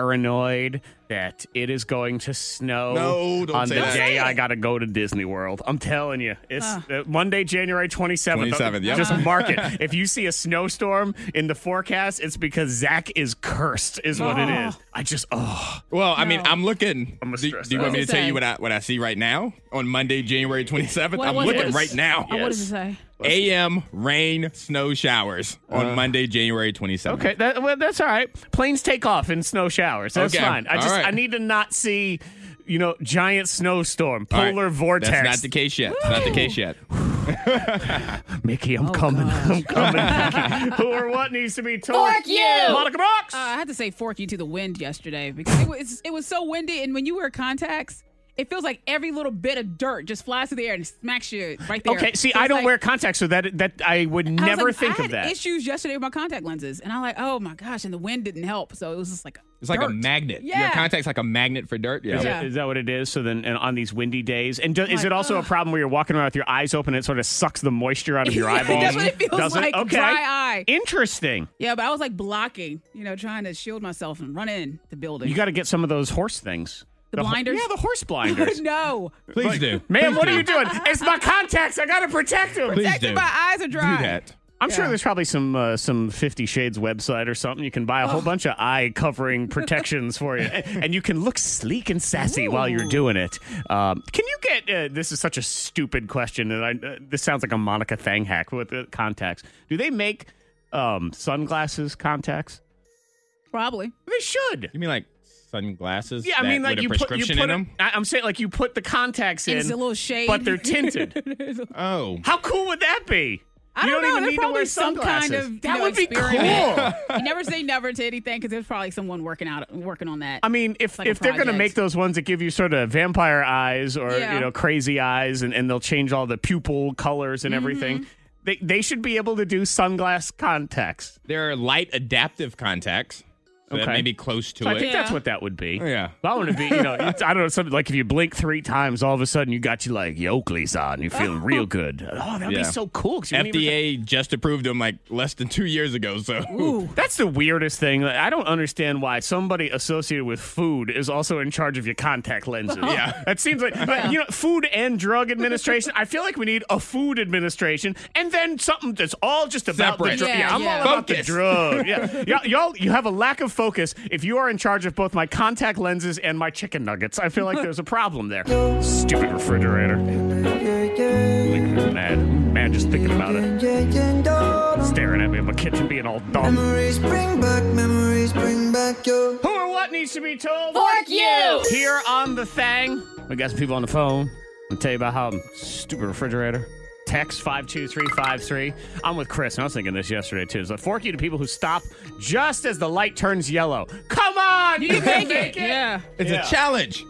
paranoid that it is going to snow
No, don't
on
say
the
that.
day
Don't say
I
it.
got to go to Disney World. I'm telling you, it's uh, Monday, January 27th.
27th, yep.
Just mark
[LAUGHS]
it. If you see a snowstorm in the forecast, it's because Zach is cursed, is what it is. I just, oh,
well, I mean,
No.
I'm looking.
I'm
do,
stressed
do you want
out.
me to tell
Say.
you what I what I see right now on Monday, January 27th?
What
I'm
was it?
looking
What is-
right now.
Oh, what does it say?
A.M. rain, snow showers on Monday, January 27th.
Uh. okay. That, well, that's all right. Planes take off in snow showers. That's
Okay.
fine. I
All
just,
right.
I need to not see, you know, giant snowstorm,
All right.
polar vortex.
That's not the case yet. It's Not the case yet.
Mickey, I'm coming. I'm coming. Who or what needs to be told?
Fork you!
Monica Brooks!
Uh, I had to say fork you to the wind yesterday because it was it was so windy, and when you wear contacts, it feels like every little bit of dirt just flies through the air and smacks you right there.
okay, see,
So
I
it's
don't
like-
wear contacts, so that that I would
I was
never
like,
think
I
of
had
that.
Issues yesterday with my contact lenses, and I'm like, oh my gosh, and the wind didn't help, so it was just like
It's like a
dirt.
magnet. Your
Yeah.
contact's like a magnet for dirt.
Is
Yeah.
that- is that what it is? So then, and on these windy days, and do, is
like,
it also a
ugh.
problem where you're walking around with your eyes open and it sort of sucks the moisture out of your
Yeah,
eyeballs?
[LAUGHS] that's what it feels
Does
like,
Okay.
dry eye.
Interesting.
Yeah, but I was like blocking, you know, trying to shield myself and run in the building.
You
[LAUGHS]
got to get some of those horse things.
The
ho-
blinders?
yeah, the
[LAUGHS]
horse blinders.
no,
Please do.
Man,
Please
what
do.
are you doing? It's my contacts. I got to protect them.
Please
Actually,
do.
my eyes are dry.
Do that.
I'm sure there's probably some uh, some Fifty Shades website or something. You can buy a whole bunch of eye
[LAUGHS]
covering protections for you, and you can look sleek and sassy while you're doing it. Um, can you get? Uh, this is such a stupid question, and I, uh, this sounds like a Monica Thang hack with uh, contacts. Do they make um, sunglasses contacts?
Probably.
They should.
You mean like sunglasses?
Yeah, I mean,
that-
like
with
you
a
put, you
prescription
put
in them.
I- I'm saying like you put the contacts in,
It's a little shade.
but they're tinted.
[LAUGHS]
Oh,
How cool would that be?
I
you don't
don't, know.
even
There's
need to
probably
wear
some kind
sunglasses.
of
That
you know,
would be
experiment. you never say never to anything because there's probably someone working out working on that.
I mean, if
Like a
if they're going to
project.
make those ones that give you sort of vampire eyes or
Yeah.
you know crazy eyes, and, and they'll change all the pupil colors
Mm-hmm.
and everything, they they should be able to do sunglass contacts.
there are light adaptive contacts. So That
Okay.
may be close to
So I
it.
think that's
Yeah.
what that would be.
Yeah.
But I want to be, you know, it's, I don't know, something like if you blink three times, all of a sudden you got you like your Oakley's on, you're feeling
[LAUGHS]
real good. Oh, that'd
Yeah.
be so cool. 'cause you wouldn't even-
FDA just approved them like less than two years ago. So
That's the weirdest thing. Like, I don't understand why somebody associated with food is also in charge of your contact lenses.
Yeah.
that seems like but, you know, food and drug administration. I feel like we need a food administration and then something that's all just about the
Separate.
drug. Yeah,
Yeah,
I'm
yeah.
all about the
Focus.
drug. Yeah, y'all, y'all, you have a lack of focus if you are in charge of both my contact lenses and my chicken nuggets. I feel like there's a problem there. Stupid refrigerator. Making me Mad, mad just thinking about it. Staring at me in my kitchen, being all dumb.
Memories bring back, memories bring back your.
Who or what needs to be told? Fork you! Here on the thing. We got some people on the phone. I'll tell you about how I'm stupid refrigerator. Text 52353. I'm with Chris, and I was thinking this yesterday too. So fork you to people who stop just as the light turns yellow. Come on! You can make it!
yeah.
[LAUGHS] it's
Yeah.
a challenge.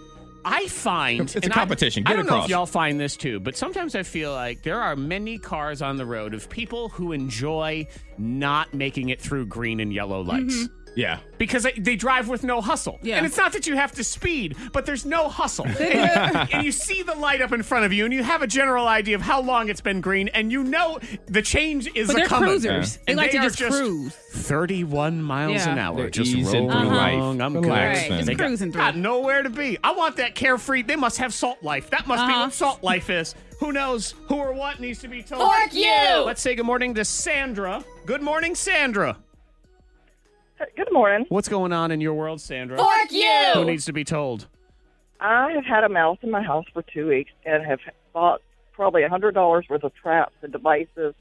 I find
It's a
and I-
competition.
I,
Get
don't know if
across.
y'all find this too, but sometimes I feel like there are many cars on the road of people who enjoy not making it through green and yellow lights
Yeah.
because they- they drive with no hustle.
Yeah.
And it's not that you have to speed, but there's no hustle. and, you, and you see the light up in front of you, and you have a general idea of how long it's been green, and you know the change is
But
a
they're
coming.
cruisers. They
And
like to
are
just cruise.
31 miles
Yeah.
an hour.
They're
just
easing
rolling
through life.
along. I'm
Relaxing.
good.
Right, just
They got-
cruising through.
Got nowhere to be. I want that carefree. They must have salt life. That must be
Uh-huh.
what salt life is. Who knows who or what needs to be told?
Fork you!
Let's say good morning to Sandra. Good morning, Sandra.
Good morning.
What's going on in your world, Sandra?
Fork
Who
you!
needs to be told?
I have had a mouse in my house for two weeks and have bought probably a hundred dollars worth of traps and devices,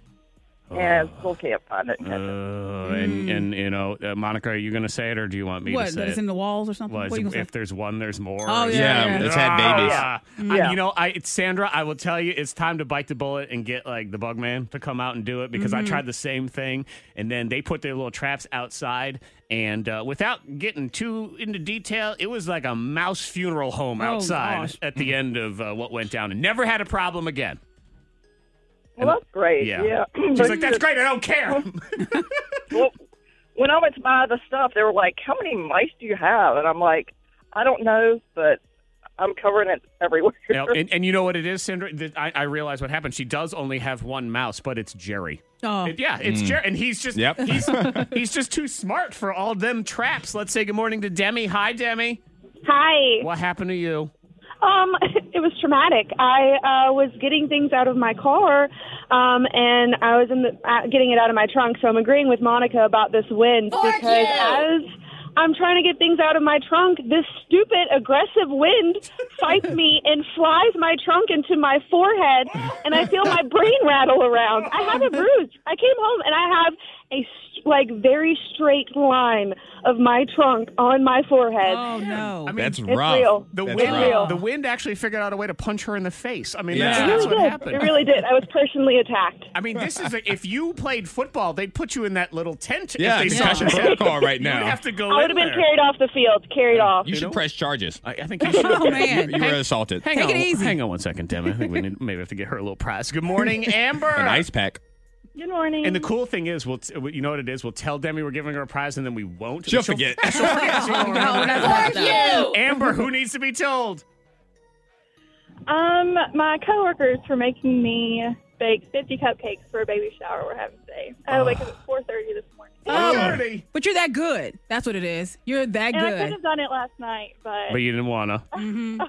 and still can't find it.
Uh, and and you know, uh, Monica, are you going to say it, or do you want me
What?
to
That
say
is
it?
in the walls or something?
Well,
What are you
if
gonna say?
there's one, there's more.
Oh,
or
yeah.
Yeah, um,
yeah.
it's had babies.
Yeah.
Mm.
I-
Yeah.
you know, I Sandra, I will tell you, it's time to bite the bullet and get like the bug man to come out and do it because
Mm-hmm.
I tried the same thing, and then they put their little traps outside, and uh, without getting too into detail, it was like a mouse funeral home
Oh,
outside
gosh.
at the end of uh, what went down, and never had a problem again.
Well, that's great.
Yeah.
Yeah.
[CLEARS THROAT]
She's
But
like, "That's great, I don't care."
[LAUGHS]
well, when I went to buy the stuff, they were like, "How many mice do you have?" And I'm like, "I don't know, but I'm covering it everywhere." [LAUGHS]
Now, and, and you know what it is, Sandra? Th- I, I realize what happened. She does only have one mouse, but it's Jerry.
Oh.
It- yeah, it's Jerry, and he's just
Hmm. Yep. [LAUGHS]
he's he's just too smart for all them traps. Let's say good morning to Demi. Hi, Demi.
Hi.
What happened to you?
Um, [LAUGHS] it was traumatic. I uh, was getting things out of my car, um, and I was in the, uh, getting it out of my trunk. So I'm agreeing with Monica about this wind because as I'm trying to get things out of my trunk, this stupid aggressive wind fights me and flies my trunk into my forehead, and I feel my brain rattle around. I have a bruise. I came home and I have a s- like very straight line of my trunk on my forehead.
Oh, no.
I mean,
That's
It's
rough.
real.
the
That's
wind.
rough.
The wind actually figured out a way to punch her in the face. I mean, that's,
Yeah.
It
that's
really
what
did.
happened.
It really did. I was personally attacked.
I mean, this is like, if you played football, they'd put you in that little tent.
Yeah,
if they saw
concussion
this happen.
protocol right
You would
now.
have to go.
I would
in
have been
there. Uh,
carried off the field, carried off.
You should press charges.
I, I think you should.
Oh, man.
You were assaulted.
Hang
Take
on, [LAUGHS]
it easy.
Hang on one second, Demi. I think we need, maybe have to get her a little prize. Good
[LAUGHS]
morning, Amber.
An ice pack.
Good morning.
And the cool thing is, we'll t- you know what it is. We'll tell Demi we're giving her a prize, and then we won't.
She'll forget.
No, that's not that.
Amber, who needs to be told?
um, my coworkers for making me bake 50 cupcakes for a baby shower we're having today. I wake
Ah.
up at 4:30 this morning,
Thirty.
But you're that good. That's what it is. You're that
and I could
good.
have done it last night, but,
But you didn't wanna.
[LAUGHS] I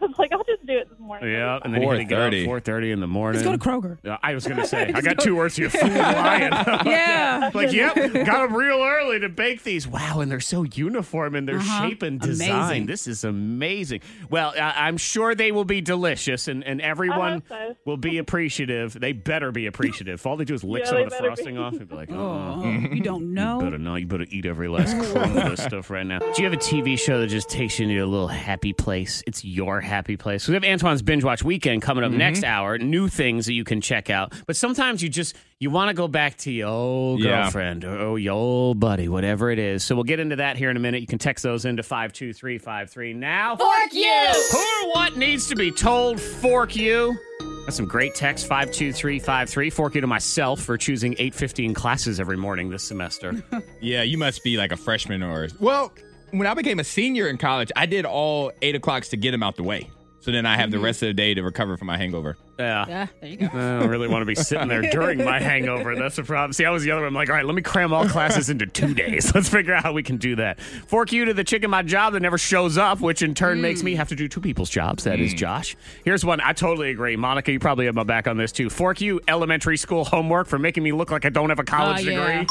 was like, I'll just do it this morning.
Yeah, and then you had to get up
4:30.
four thirty in the morning.
Let's go to
[LAUGHS]
Kroger.
Uh, I was gonna say I got two words. You fool lion. [LAUGHS]
Yeah.
like, yep, got them real early to bake these. Wow, and they're so uniform in their
Uh-huh.
shape and design.
Amazing.
This is amazing. Well, I- I'm sure they will be delicious, and, and everyone
I hope so.
will be appreciative. They better be appreciative. If all they do is lick
Yeah,
some
they
of the
better be.
frosting off, and be like, oh.
Oh, you don't know.
better not. You better eat every last crumb of this stuff right now. Do you have a TV show that just takes you into a little happy place? It's your happy place. We have Antoine's binge watch weekend coming up next hour. New things that you can check out. But sometimes you just you want to go back to your old
Yeah.
girlfriend or oh, your old buddy, whatever it is. So we'll get into that here in a minute. You can text those into five two three five three now.
Fork you!
Who or what needs to be told? Fork you. That's some great text. Five two three five three. Fork you to myself for choosing eight fifteen classes every morning this semester.
Yeah, you must be like a freshman or well. When I became a senior in college, I did all eight o'clocks to get them out the way. So then I
Mm-hmm.
have the rest of the day to recover from my hangover.
Yeah.
Yeah, there you go.
[LAUGHS] I don't really want to be sitting there during my hangover. That's the problem. See, I was the other one. I'm like, all right, let me cram all classes into two days. [LAUGHS] Let's figure out how we can do that. Fork you to the chick in my job that never shows up, which in turn makes
Hmm.
me have to do two people's jobs. That is Josh. Here's one. I totally agree. Monica, you probably have my back on this too. Fork you elementary school homework for making me look like I don't have a college
Oh, yeah.
degree.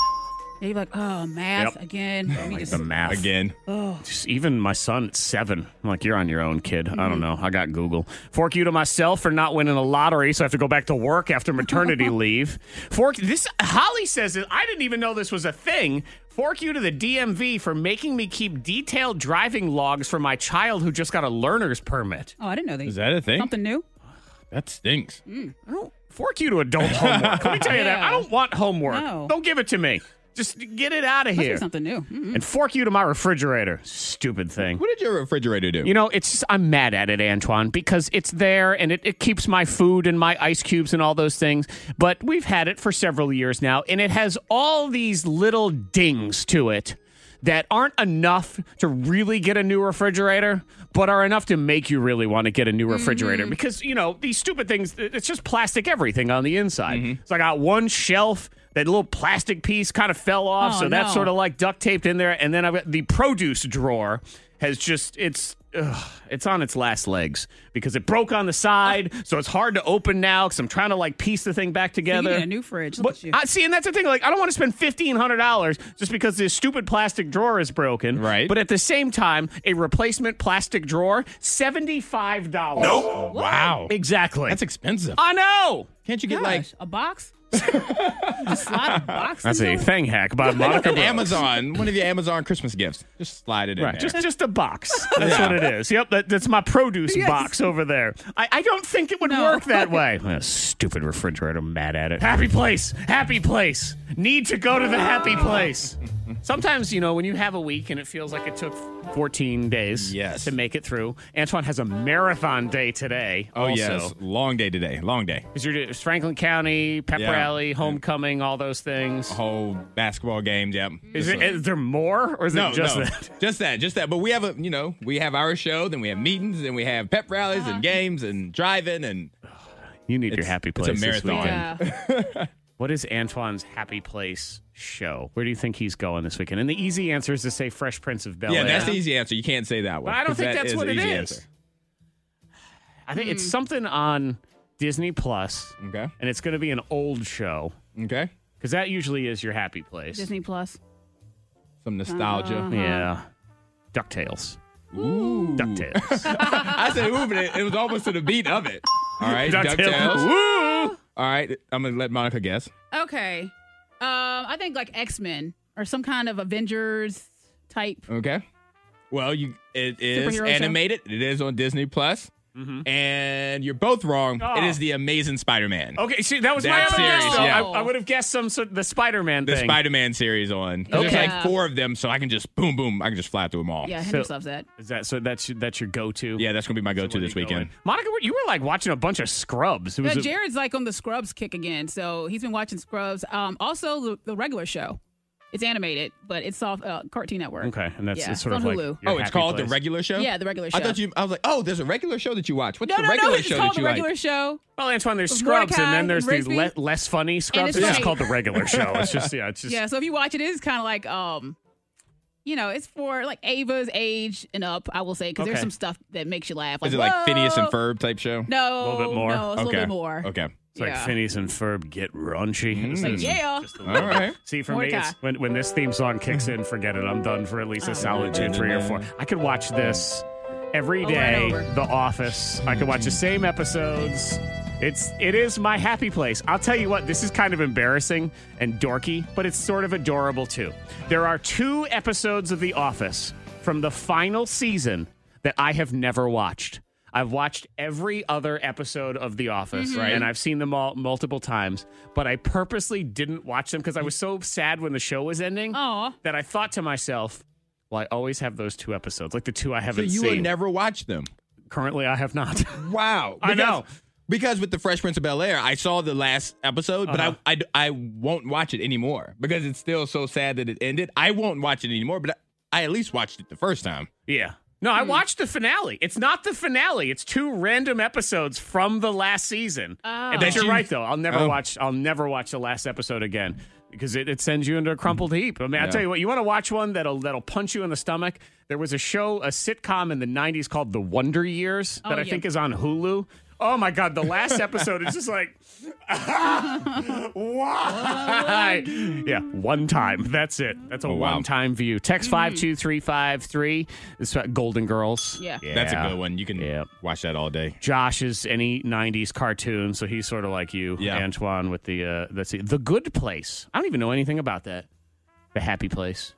Yeah, you're like, oh,
Yep.
math
Oh,
again. Let me just-
The math.
Again,
Just even my son at seven. I'm like, you're on your own, kid. I
Mm-hmm.
don't know. I got Google. Fork you to myself for not winning a lottery, so I have to go back to work after
[LAUGHS]
maternity leave. Fork this. Holly says that I didn't even know this was a thing. Fork you to the DMV for making me keep detailed driving logs for my child who just got a learner's permit.
oh, I didn't know that.
Is that a thing?
Something new?
that stinks.
I
Oh.
don't fork you to adult homework. Let me tell you
[LAUGHS]
that. I
Yeah.
don't want homework.
No.
Don't give it to me. Just get it out of
Must be
here.
something new. Mm-hmm. Mm-mm.
And fork you to my refrigerator. Stupid thing.
What did your refrigerator do?
You know, it's just, I'm mad at it, Antoine, because it's there and it, it keeps my food and my ice cubes and all those things. But we've had it for several years now, and it has all these little dings to it that aren't enough to really get a new refrigerator, but are enough to make you really want to get a new refrigerator
Mm-hmm.
because, you know, these stupid things, it's just plastic everything on the inside.
Mm-hmm.
So I got one shelf. That little plastic piece kind of fell off,
Oh,
so that's
no.
sort of like duct taped in there. And then I've got the produce drawer has just it's ugh, it's on its last legs because it broke on the side, so it's hard to open now because I'm trying to like piece the thing back
You
together.
need a new fridge. Look
But
at you.
I see, and that's the thing. Like, I don't want to spend fifteen hundred dollars just because this stupid plastic drawer is broken.
Right.
But at the same time, a replacement plastic drawer, seventy five dollars.
Oh, wow,
Exactly.
that's expensive.
I know.
Can't you get like
Gosh, a box? just slide a box
That's
into
a
it?
thing hack by Monica.
an
Brooks.
Amazon, one of your Amazon Christmas gifts? Just slide it in.
Right,
there.
just just a [LAUGHS] box. That's
Yeah.
what it is. Yep, that, that's my produce
Yes.
box over there. I, I don't think it would
No.
work that [LAUGHS] way. Ah, stupid refrigerator, mad at it. Happy place, happy place. Need to go to the happy [LAUGHS] place. Sometimes you know when you have a week and it feels like it took 14 days
Yes.
to make it through. Antoine has a marathon day today.
oh
also.
yes, long day today. Long day.
because you're it's Franklin County, pep
Yeah.
rally, homecoming, all those things.
Whole basketball game. Yep.
Is,
Just
it,
like-
is there more, or is
No,
it just
no.
that? [LAUGHS]
Just that, just that. But we have a, you know, we have our show, then we have meetings, then we have pep rallies
Uh-huh.
and games and driving and
You need your
It's-
happy
it's a
place this
marathon.
weekend.
Yeah.
What is Antoine's happy place show? Where do you think he's going this weekend? And the easy answer is to say Fresh Prince of Bel Air.
yeah, that's the easy answer. You can't say that one.
But I don't
'cause
think that's
is
what
an
it
easy
is.
answer.
I think it's something on Disney Plus,
Okay.
and it's going to be an old show
Okay.
because that usually is your happy place.
Disney Plus.
Some nostalgia.
Yeah, Ducktales.
uh-huh. Ooh. [LAUGHS]
Ducktales.
I said ooh, but it, it was almost to the beat
[LAUGHS]
of it. All right. DuckTales.
Woo!
All right. I'm going to let Monica guess.
Okay. Um, I think like X Men or some kind of Avengers type.
Okay. Well, you it is
Superhero show?
animated. It is on Disney Plus.
Mm-hmm.
And you're both wrong.
Oh.
It is the Amazing Spider-Man.
Okay, see, that was
That
my other
series,
guess. though. I,
yeah.
I would have guessed some sort the Spider-Man
the
thing.
Spider-Man series on. 'Cause There's
Okay.
like four of them, so I can just boom, boom. I can just fly through them all.
Yeah,
So-
Henry loves that.
is that so? That's your- that's your go-to.
Yeah, that's gonna be my go-to
Where
this
you going?
weekend.
Monica, you were like watching a bunch of Scrubs. It was
Yeah,
a-
Jared's like on the Scrubs kick again, so he's been watching Scrubs. Um, also the, the regular show. It's animated, but it's off uh, Cartoon Network.
okay, and that's
Yeah,
it's sort
it's
of
on
like
Hulu.
your
oh, it's
happy
called
place.
the regular show.
Yeah, the regular
I
show.
thought you. I was like, oh, there's a regular show that you watch. What's
No,
the
no, no.
regular
It's
show
called
that
the
you
regular
like?
show.
Well, Antoine, there's Scrubs, and
Mordecai
then there's the
and
le-
Rigby.
less funny Scrubs. It's,
it's
just
like-
called the
[LAUGHS]
regular show. It's just yeah, it's just
Yeah, so if you watch it, it is kind of like um, you know, it's for like Ava's age and up. I will say because
Okay.
there's some stuff that makes you laugh.
Is it like Phineas and
whoa.
Ferb type show?
No,
A little bit more. Oh,
No, it's
okay.
a little bit more. [LAUGHS]
Okay.
it's like
yeah.
Phineas and Ferb get raunchy.
Mm.
It's
Like,
just-
yeah.
just a
All
little-
right.
See, for me,
Mordecai.
it's when, when this theme song kicks in, forget it. I'm done for at
Oh.
least a solid two, three, or four. I could watch this every
Over
day.
and over.
The Office. I could watch the same episodes It's it is my happy place. I'll tell you what, this is kind of embarrassing and dorky, but it's sort of adorable too. There are two episodes of The Office from the final season that I have never watched. I've watched every other episode of The Office,
Mm-hmm.
right? And I've seen them all multiple times, but I purposely didn't watch them because I was so sad when the show was ending
Aw.
that I thought to myself, well, I always have those two episodes, like the two I
So
haven't
you
seen.
will never watch them.
Currently, I have not. [LAUGHS]
Wow.
I
Because-
know.
Because with the Fresh Prince of Bel Air, I saw the last episode, but
Uh-huh.
I, I, I won't watch it anymore because it's still so sad that it ended. I won't watch it anymore, but I, I at least watched it the first time.
Yeah. No, I watched the finale. It's not the finale. It's two random episodes from the last season. Oh. But
That
you're
you-
right though. I'll never
Oh.
watch I'll never watch the last episode again because it, it sends you into a crumpled heap. I mean, I'll tell you what, you want to watch one that'll that'll punch you in the stomach. There was a show, a sitcom in the 90s called The Wonder Years that I
yeah.
think is on Hulu. Oh my god, the [LAUGHS] last episode is just like why? yeah, one time. That's it. That's a
Oh, wow. Hmm.
one-time view. Text 52353. This is about Golden Girls.
Yeah.
That's a good one. You can
Yep.
watch that
[LAUGHS]
all day.
Josh is any '90s cartoon, so he's sort of like you,
Yeah.
Antoine, with the uh, let's see, the Good Place. I don't even know anything about that. The Happy Place,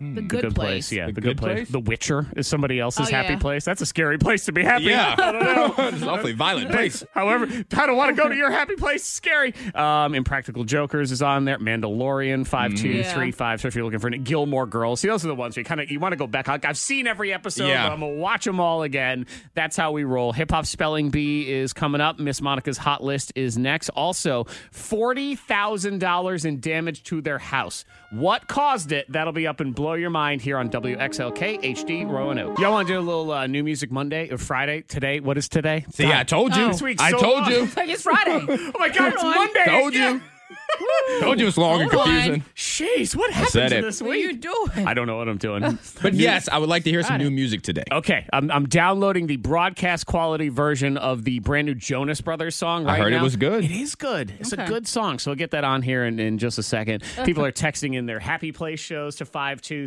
The good, place.
yeah, the,
The
Good,
Good
place.
Place?
The Witcher is somebody else's
Oh,
happy
yeah.
place. That's a scary place to be happy. [LAUGHS] I don't know.
it's an awfully violent place.
However, I don't want to go to your happy place. Scary. Um, Impractical Jokers is on there. Mandalorian five two three five. So if you're looking for it, Gilmore Girls, see those are the ones you kind of you want to go back. Like, I've seen every episode.
Yeah.
But I'm gonna watch them all again. That's how we roll. Hip Hop Spelling Bee is coming up. Miss Monica's Hot List is next. Also, forty thousand dollars in damage to their house. What caused it? That'll be up and blow your mind here on WXLK HD Roanoke. Y'all want to do a little uh, New Music Monday or Friday today? What is today?
See, I told you.
Oh.
This week's
I
so
told
long.
you.
Like it's Friday.
[LAUGHS] Oh my God, it's
Hold on.
Monday.
Told
again.
you. told you it's long and
Hold on.
confusing.
Jeez, what happened
said
to
it.
this
what are you
week?
doing?
I don't know what I'm [LAUGHS] doing.
But yes, I would like to hear some new music today.
Okay, I'm, I'm downloading the broadcast quality version of the brand new Jonas Brothers song.
I
Right
heard it
now.
was good.
It is good. It's a good song. So we'll get that on here in, in just a second. People are texting in their happy place shows to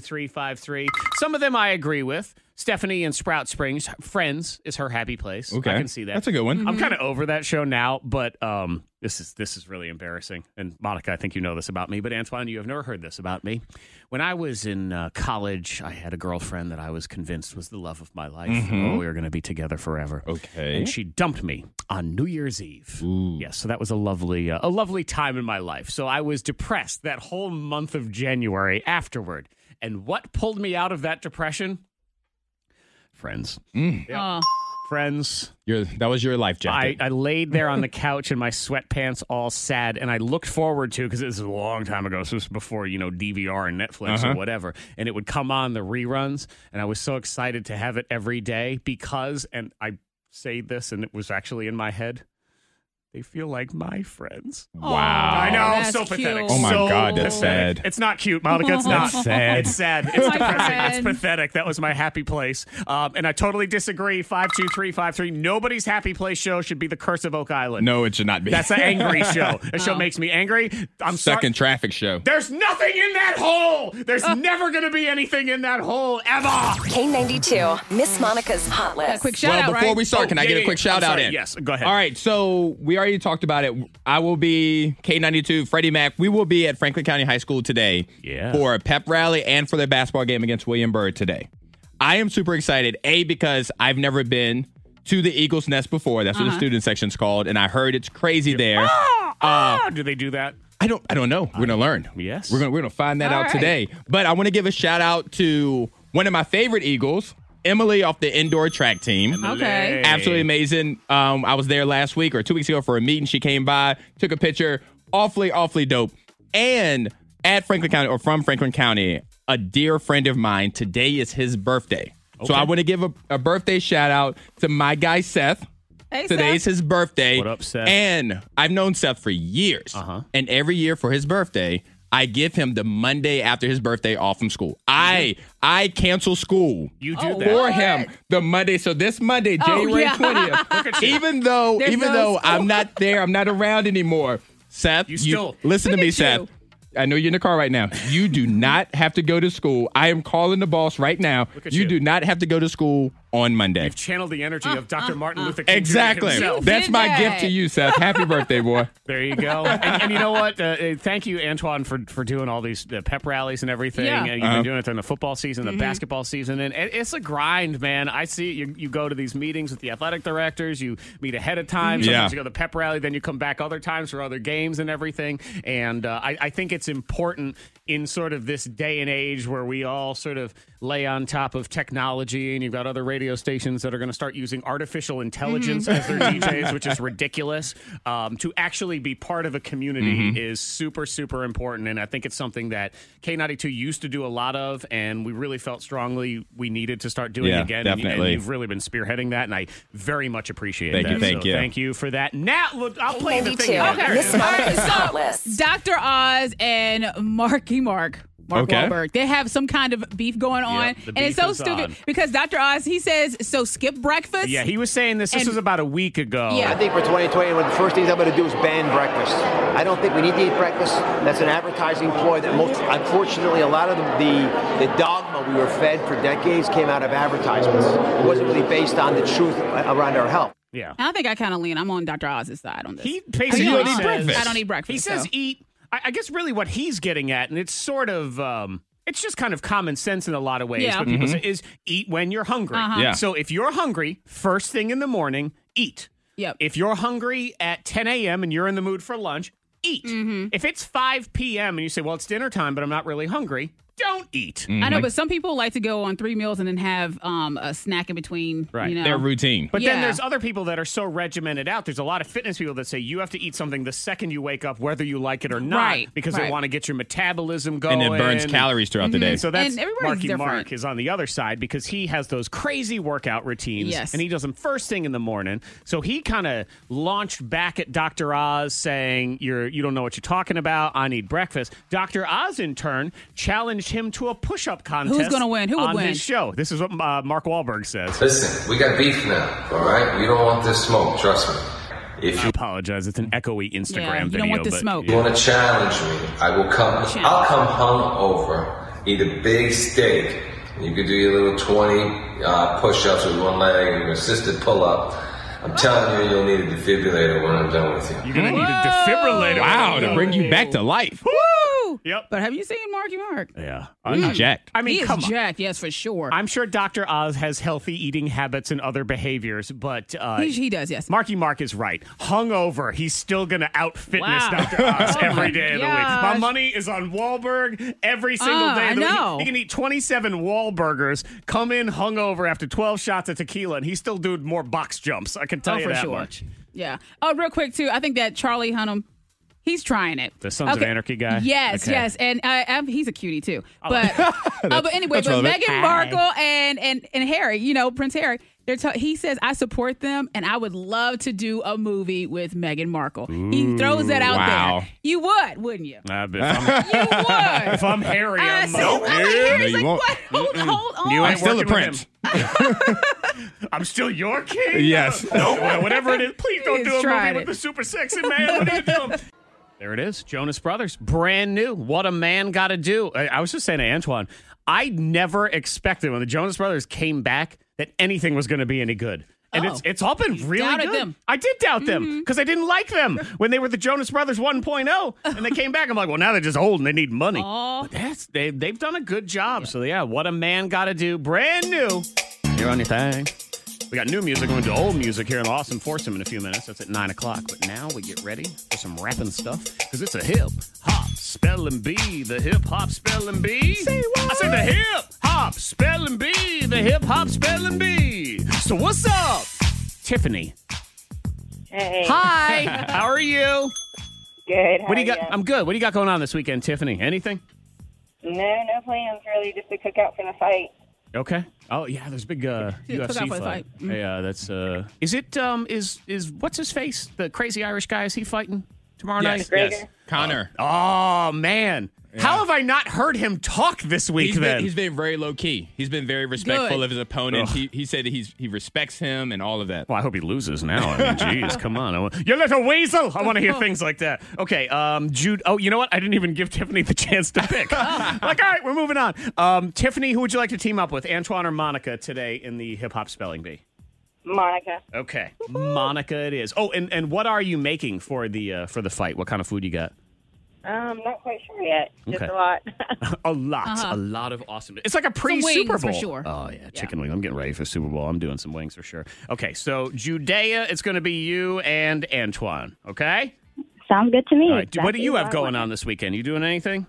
52353. Some of them I agree with. Stephanie in Sprout Springs, Friends is her happy place. I can see that.
That's a good one.
I'm kind of over that show now, but um, this is this is really embarrassing. And Monica, I think you know this about me, but Antoine, you have never heard this about me. When I was in uh, college, I had a girlfriend that I was convinced was the love of my life. Oh, we were going to be together forever.
Mm-hmm. Okay.
and she dumped me on New Year's Eve.
Ooh.
Yes, so that was a lovely uh, a lovely time in my life. So I was depressed that whole month of January afterward. And what pulled me out of that depression? Friends,
Oh,
friends.
Your, that was your life
I,
jacket.
I laid there on the couch in my sweatpants, all sad, and I looked forward to because this is a long time ago. So this was before you know DVR and Netflix or
Uh-huh.
whatever, and it would come on the reruns, and I was so excited to have it every day because, and I say this, and it was actually in my head, they feel like my friends.
wow.
I know,
that's
so pathetic.
cute.
Oh my
So
God, that's
pathetic.
sad.
It's not cute, Monica. It's not
[LAUGHS] That's sad. Oh
It's sad.
[LAUGHS]
It's
My
depressing. It's
friend.
pathetic. That was my happy place, um, and I totally disagree. Five two three five three. Nobody's happy place show should be the Curse of Oak Island.
No, it should not be.
Oh. that's an
[LAUGHS]
angry show. That show makes me angry. I'm sorry.
second Uh. traffic show.
There's nothing in that hole. There's never going to be anything in that hole ever.
K92, Miss Monica's Hot List.
a quick shout
well,
out,
before
right?
we start,
Oh,
can I
yeah,
get
yeah,
a quick
yeah.
shout
I'm
out
sorry.
in?
Yes, go ahead.
All right, so we already talked about it. I will be K92, Freddie Mac. We will be at Franklin County High School today
Yeah.
for a pep rally and for their basketball game against William Byrd today. I am super excited, A, because I've never been to the Eagles Nest before. That's what
Uh-huh.
the student section's called, and I heard it's crazy there.
Ah, do they do that?
I don't I don't know. We're gonna learn.
yes.
Uh. We're gonna we're gonna find that
All
out
right.
today. But I want to give a shout out to one of my favorite Eagles, Emily off the indoor track team.
Oh, Okay.
Absolutely amazing. Um, I was there last week or two weeks ago for a meeting. She came by, took a picture. Awfully, awfully dope. And at Franklin County or from Franklin County, a dear friend of mine, today is his birthday. So
Okay.
I want to give a, a birthday shout out to my guy, Seth.
Hey,
Today's
Seth.
his birthday.
What up, Seth?
And I've known Seth for years. Uh-huh. And every year for his birthday, I give him the Monday after his birthday off from school. I I cancel school
You do
Oh,
that.
what?
for him the Monday. So this Monday,
Oh,
January
yeah. [LAUGHS]
twentieth. even though,
There's
even
no
though
school.
I'm not there, I'm not around anymore. Seth,
You still-
listen to
Look
me,
at
Seth.
you.
I know you're in the car right now.
[LAUGHS]
You do not have to go to school. I am calling the boss right now.
at
you
you.
do not have to go to school on Monday.
Channel the energy of Dr. Martin Luther King Jr.
Exactly.
himself.
That's my
did
gift to
that.
you, Seth.
[LAUGHS]
Happy birthday, boy.
There you go. and, and you know what? Uh, uh, thank you, Antoine, for for doing all these uh, pep rallies and everything.
Yeah.
Uh, you've been doing it during the football season, the basketball season, and it, it's a grind, man. I see it. you. You go to these meetings with the athletic directors. You meet ahead of time.
Yeah.
Sometimes you go to the pep rally, then you come back other times for other games and everything. And uh, I, I think it's important in sort of this day and age where we all sort of lay on top of technology, and you've got other radio stations that are going to start using artificial
Mm-hmm.
intelligence as
[LAUGHS]
their DJs, which is ridiculous. Um, to actually be part of a community
Mm-hmm.
is super, super important. And I think it's something that K92 used to do a lot of, and we really felt strongly we needed to start doing
Yeah,
again. And you- And,
definitely.
you've really been spearheading that, and I very much appreciate
Thank
that.
you, thank
So
you.
Thank you for that. Now, look, I'll play the thing.
92.
again.
Okay.
Miss Monica's
All right,
hot
[LAUGHS]
so-
list.
Dr. Oz and Marky Mark. Mark
Okay.
Wahlberg. They have some kind of beef going on.
the beef
and it's so
is
stupid
on.
because Dr. Oz, he says, so skip breakfast.
Yeah, he was saying this. This
And-
was about a week ago.
Yeah.
I think for 2020, one of the first things I'm going to do is ban breakfast. I don't think we need to eat breakfast. That's an advertising ploy that most, unfortunately, a lot of the, the, the dogma we were fed for decades came out of advertisements. It wasn't really based on the truth around our health.
Yeah.
And I think I kind of lean. I'm on Dr. Oz's side on this.
He basically
I
don't
says,
eat breakfast.
I don't eat breakfast,
He says
so.
eat. I, I guess really what he's getting at, and it's sort of. Um, it's just kind of common sense in a lot of ways.
Yeah. Uh-huh.
What people say is eat when you're hungry.
Yeah.
So if you're hungry, first thing in the morning, eat.
Yep.
If you're hungry at 10 a.m. and you're in the mood for lunch, eat.
Mm-hmm.
If it's 5 p.m. and you say, well, it's dinner time, but I'm not really hungry, don't eat.
I know, but some people like to go on three meals and then have um, a snack in between.
Right.
You know?
Their routine.
But then
Yeah.
there's other people that are so regimented out. There's a lot of fitness people that say you have to eat something the second you wake up, whether you like it or not,
Right,
because they
right.
want to get your metabolism going.
and it burns calories throughout the day.
And so that's
And everybody's
Marky
different.
Mark is on the other side because he has those crazy workout routines.
Yes.
And he does them first thing in the morning. So he kind of launched back at Dr. Oz saying, You're you don't know what you're talking about. I need breakfast. Dr. Oz in turn challenged him to a push up contest.
gonna win? Who would
on
win?
his show. This is what uh, Mark Wahlberg says.
Listen, we got beef now, all right? We don't want this smoke, trust me. If
I
you
apologize. It's an echoey Instagram
Yeah, you don't
video.
want the
but-
smoke.
you want to challenge me, I will come.
Challenge.
I'll come hungover, eat a big steak. and You could do your little 20 uh, push-ups with one leg and your assisted pull-up. I'm telling you, you'll need a defibrillator when I'm done with you.
You're gonna need a defibrillator.
wow, to bring you back to life.
Woo!
Yep.
But have you seen Marky Mark?
Yeah.
I'm jacked.
I mean,
he is
come on.
jacked, yes, for sure.
I'm sure Dr. Oz has healthy eating habits and other behaviors, but uh,
he, he does, yes.
Marky Mark is right. Hungover, he's still going to out fitness
Wow.
Dr. Oz
[LAUGHS] Oh my
every day of the week. My
gosh.
money is on Wahlberg every single
Oh,
day of the
I know.
week. He can eat 27 Wahlburgers, come in hungover after 12 shots of tequila, and he's still doing more box jumps. I can tell
oh,
you
for
that
sure.
much.
Yeah. Oh, real quick too. I think that Charlie Hunnam, he's trying it.
The Sons of Anarchy guy?
Yes,
Okay. Oh.
yes, and uh, um, he's a cutie too.
[LAUGHS]
But uh, but anyway,
that's
but
relevant.
Meghan
Hi.
Markle and and and Harry, you know Prince Harry. They're t- he says I support them, and I would love to do a movie with Meghan Markle. he throws that out
wow.
there. You would, wouldn't you?
I bet if I'm, [LAUGHS]
You would. [LAUGHS]
if I'm hairy,
I
I'm uh,
said- "Oh, I'm like, Harry's
No, you
like,
won't.
what? Hold, hold on.
You
I'm
ain't
still a
working with
prince.
him. [LAUGHS] I'm still your king.
Yes.
Well, Whatever it is, please don't
He's
do a movie
tried
with
it.
the super sexy man. What are you
[LAUGHS]
doing? There it is, Jonas Brothers, brand new. What a man got to do. I, I was just saying to Antoine, I never expected when the Jonas Brothers came back that anything was going to be any good. And it's
Oh.
it's all been really
doubted
good.
them. Mm-hmm.
I did doubt them because I didn't like
[LAUGHS]
them when they were the Jonas Brothers 1.0, and they came back. I'm like, well, now they're just old and they need money. But that's they they've done a good job. So yeah, what a man got to do, brand new. Here on your thing. We got new music going to old music here in Austin Foursome in a few minutes. That's at 9 o'clock. But now we get ready for some rapping stuff because it's a hip hop spelling bee. The hip hop spelling bee. I said the hip hop spelling bee. The hip hop spelling bee. So what's up? Tiffany.
Hey,
Hi. [LAUGHS] How are you?
good. How
What do you
are
got?
ya?
I'm good. What do you got going on this weekend, Tiffany? Anything?
no, no plans really. Just a cookout for the fight.
Okay. Oh yeah, there's a big uh,
Yeah, took
UFC
out for the
fight.
fight. Mm.
Yeah, that's uh. Is it um? Is is what's his face? The crazy Irish guy? Is he fighting tomorrow night?
Yes.
Connor.
Oh man, How have I not heard him talk this week?
He's
then
been, he's been very low key. He's been very respectful
Good.
of his opponent.
Ugh.
He, he said he's he respects him and all of that.
Well, I hope he loses now. I
[LAUGHS]
mean, jeez, come on. I wa- you little weasel. I want to hear things like that. Okay, um, Jude. Oh, you know what? I didn't even give Tiffany the chance to
[LAUGHS]
pick. like, all right, we're moving on. Um, Tiffany, who would you like to team up with, Antoine or Monica, today in the hip hop spelling bee?
Monica.
Okay, Monica, it is. Oh, and, and what are you making for the uh, for the fight? What kind of food you got?
Um, not quite sure yet. Just
Okay.
a lot. [LAUGHS]
a lot,
Uh-huh.
a lot of awesome. It's like a
Some
pre
wings
Super
for
Bowl.
sure.
Oh yeah, chicken wing. I'm getting ready for Super Bowl. I'm doing some wings for sure. Okay, so Judea, it's going to be you and Antoine. Okay.
Sounds good to me.
All right. do- What do you have going on this weekend? You doing anything?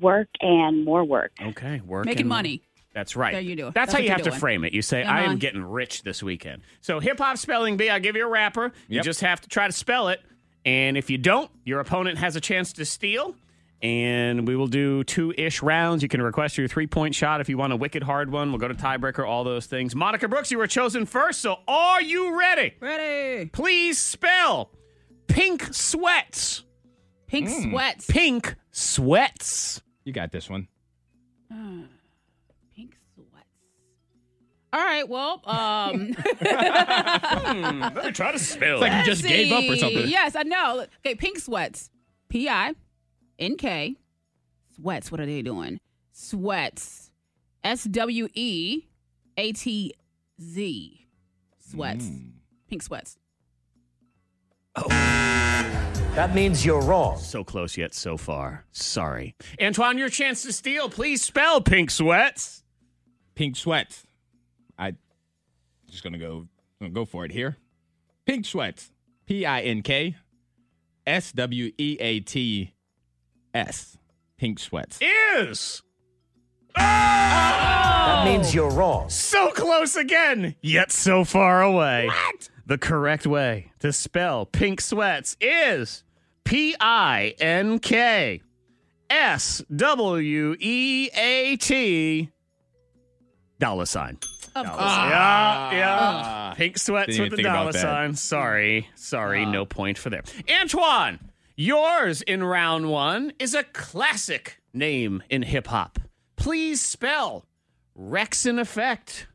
Work and more work.
Okay, work.
Making
and-
money.
That's right.
There you do it. That's
That's, how
what
you
you're
have to
doing.
frame it. You say, "I
Uh-huh.
am getting rich this weekend." So hip hop spelling bee. I give you a rapper. You just have to try to spell it, and if you don't, your opponent has a chance to steal. And we will do two ish rounds. You can request your three point shot if you want a wicked hard one. We'll go to tiebreaker. All those things. Monica Brooks, you were chosen first. So are you ready?
Ready.
Please spell pink sweats.
Pink
Mm.
sweats.
Pink sweats.
You got this one.
Uh, pink sweats. All right.
[LAUGHS]
Well, um,
Let me try to spell.
It's like you just
[LAUGHS] let's
gave up or
see.
something.
Yes, I know. Okay, pink sweats. P I N K sweats. What are they doing? Sweats. S W E A T Z sweats.
Mm.
Pink sweats.
That means you're wrong. So close yet so far. Sorry. Antoine, your chance to steal. Please spell pink sweats.
Pink sweats. I just gonna go gonna go for it here. Pink sweats. P I N K S W E A T S. Pink sweats.
Is.
That
means
you're wrong.
So close again, yet so far away. What? The correct way to spell pink sweats is P I N K S W E A T dollar sign.
Of
Dollar
course.
sign. Yeah, yeah.
Ugh.
Pink sweats
Didn't
with
even
the
think about
dollar
that.
sign. Sorry, sorry, no point for there. Antoine, yours in round one is a classic name in hip hop. Please spell Rex in effect.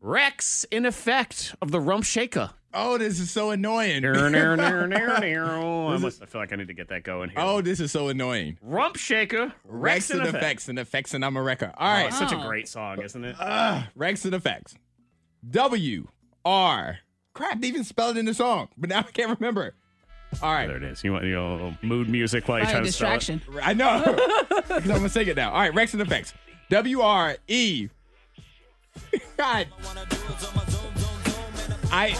Rex in effect of the Rump Shaker.
Oh, this is so annoying.
I
This
must- I feel like I need to get that going here.
Oh, this is so annoying.
Rump Shaker, Rex,
Rex
in
and
effect.
effects and effects and I'm a wrecker. All right.
Oh, it's such a great song, isn't it?
Ugh, Rex and effects. W R. Crap, they even spelled it in the song, but now I can't remember. All right.
There it is. You want your little mood music while you're trying to spell it?
I know. [LAUGHS] 'Cause I'm gonna sing it now. All right, Rex and effects. W R E. God. I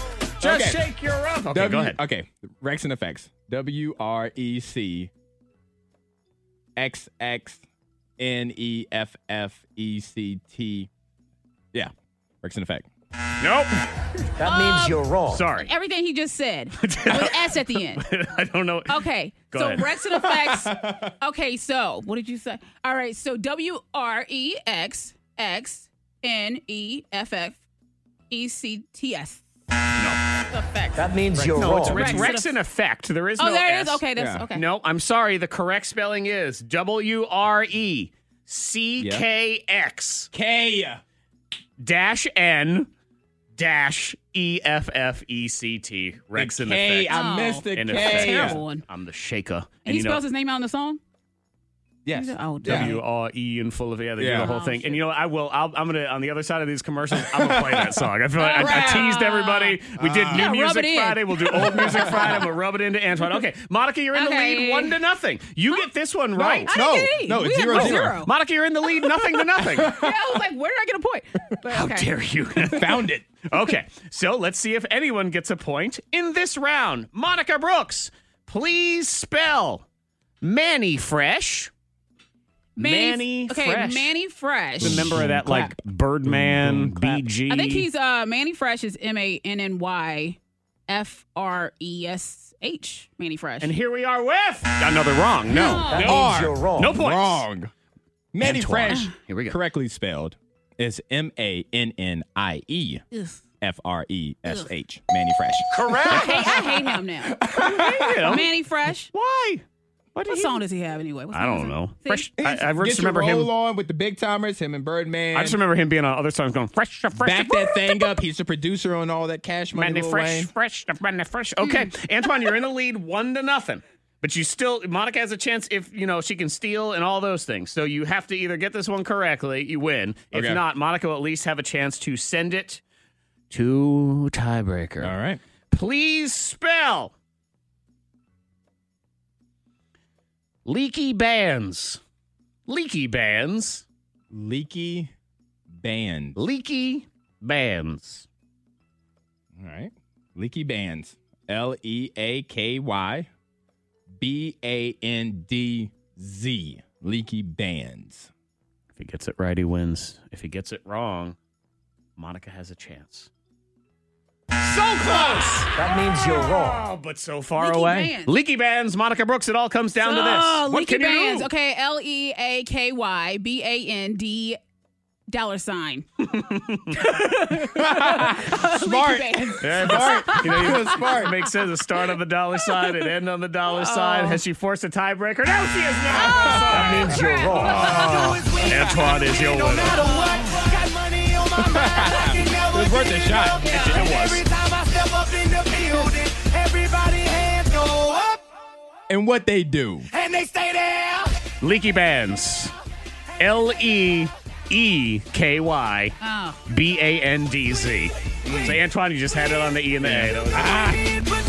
Just
okay.
shake your rump. Okay,
W-
go ahead.
Okay, Rex and effects. W R E C X X N E F F E C T. Yeah, Rex and effect.
Nope.
That means you're
Oh.
wrong.
Sorry.
Um,
[LAUGHS]
Everything he just
[LAUGHS]
said with S at the end.
I don't know.
Okay.
Go
so
ahead.
Rex and
[LAUGHS]
effects. Okay, so what did you say? All right, so W R E X X N E F F E C T S.
That means
Rex-
you're
no,
wrong.
It's, it's Rex in effect. There is
Oh,
no
there it is.
S.
Okay, that's- Yeah. okay.
No, I'm sorry. The correct spelling is W R E C K X
K
dash N dash E F F E C T. Rex in
K,
effect.
I missed the
In
K.
effect.
Terrible one.
I'm the shaker.
And he spells his name out in the song?
Yes.
Oh,
W R E and full of yeah, they do
Yeah.
the whole
Oh,
thing. And you know, what? I will. I'll, I'm gonna on the other side of these commercials. I'm gonna play that song. I feel
[LAUGHS]
like I, I teased everybody. We did
Ah.
new
Yeah, rub
music
it in.
Friday. We'll do
[LAUGHS]
old music Friday. I'm gonna rub it into Antoine. Okay, Monica, you're in
Okay.
the lead, one to nothing. You get this one right.
I didn't get any. We had one zero.
Monica, you're in the lead, nothing to nothing.
[LAUGHS]
[LAUGHS] yeah, I was like, where did I get a point? But,
How
okay.
dare you? Found it. Okay, so let's see if anyone gets a point in this round. Monica Brooks, please spell Manny Fresh. Manny
okay,
Fresh.
Manny Fresh.
The member of that, like Birdman, BG.
I think he's uh Manny Fresh is M A N N Y F R E S H. Manny Fresh.
And here we are with another wrong. No,
That
no.
means
R.
you're wrong.
No points.
Wrong. Manny
Antoine. [GASPS]
Fresh. Here we go. Correctly spelled is M A N N I E
Ugh.
F R E S H. Manny Fresh.
[LAUGHS]
I hate, I hate him now. [LAUGHS]
hate him.
Manny Fresh.
Why?
What, song does he have anyway? What
I
song
don't
is it?
know.
See?
Fresh- I, I
Get
just
your
remember him.
roll on with the big timers, him and Birdman.
I just remember him being on other songs going fresh, fresh,
back that thing up. He's the producer on all that Cash Money.
Mandy
Lil
Fresh,
Wayne.
fresh, Mandy Fresh. Okay, Antoine, you're in the lead, one to nothing. But you still, Monica has a chance if you know she can steal and all those things. So you have to either get this one correctly, you win. If
Okay.
not, Monica will at least have a chance to send it to tiebreaker.
All right.
Please spell leaky bands. Leaky bands.
Leaky bands.
Leaky bands.
All right. Leaky Bands. L E A K Y B A N D Z. Leaky Bands.
If he gets it right, he wins. If he gets it wrong, Monica has a chance. So close!
That means you're wrong.
Oh, but so far
Leaky
away.
bands.
Leaky bands, Monica Brooks, it all comes down to
Oh,
this. What
leaky
can you
bands.
do?
Okay, L E A K Y B A N D dollar sign.
Smart.
Leaky bands.
Yeah,
Smart.
that's- you know, you-
[LAUGHS]
He was smart.
Makes sense. The start on the
[LAUGHS]
dollar sign and end on the dollar
Oh.
sign. Has she forced a tiebreaker? No, she has not.
That means you're wrong.
[LAUGHS] Antoine is your winner.
[LAUGHS] It was worth a shot.
It was.
And what they do.
Leaky bands. L E E K Y.
Oh. Mm.
B A N D Z. So Antoine, you just had it on the E and the A. Ah, That was-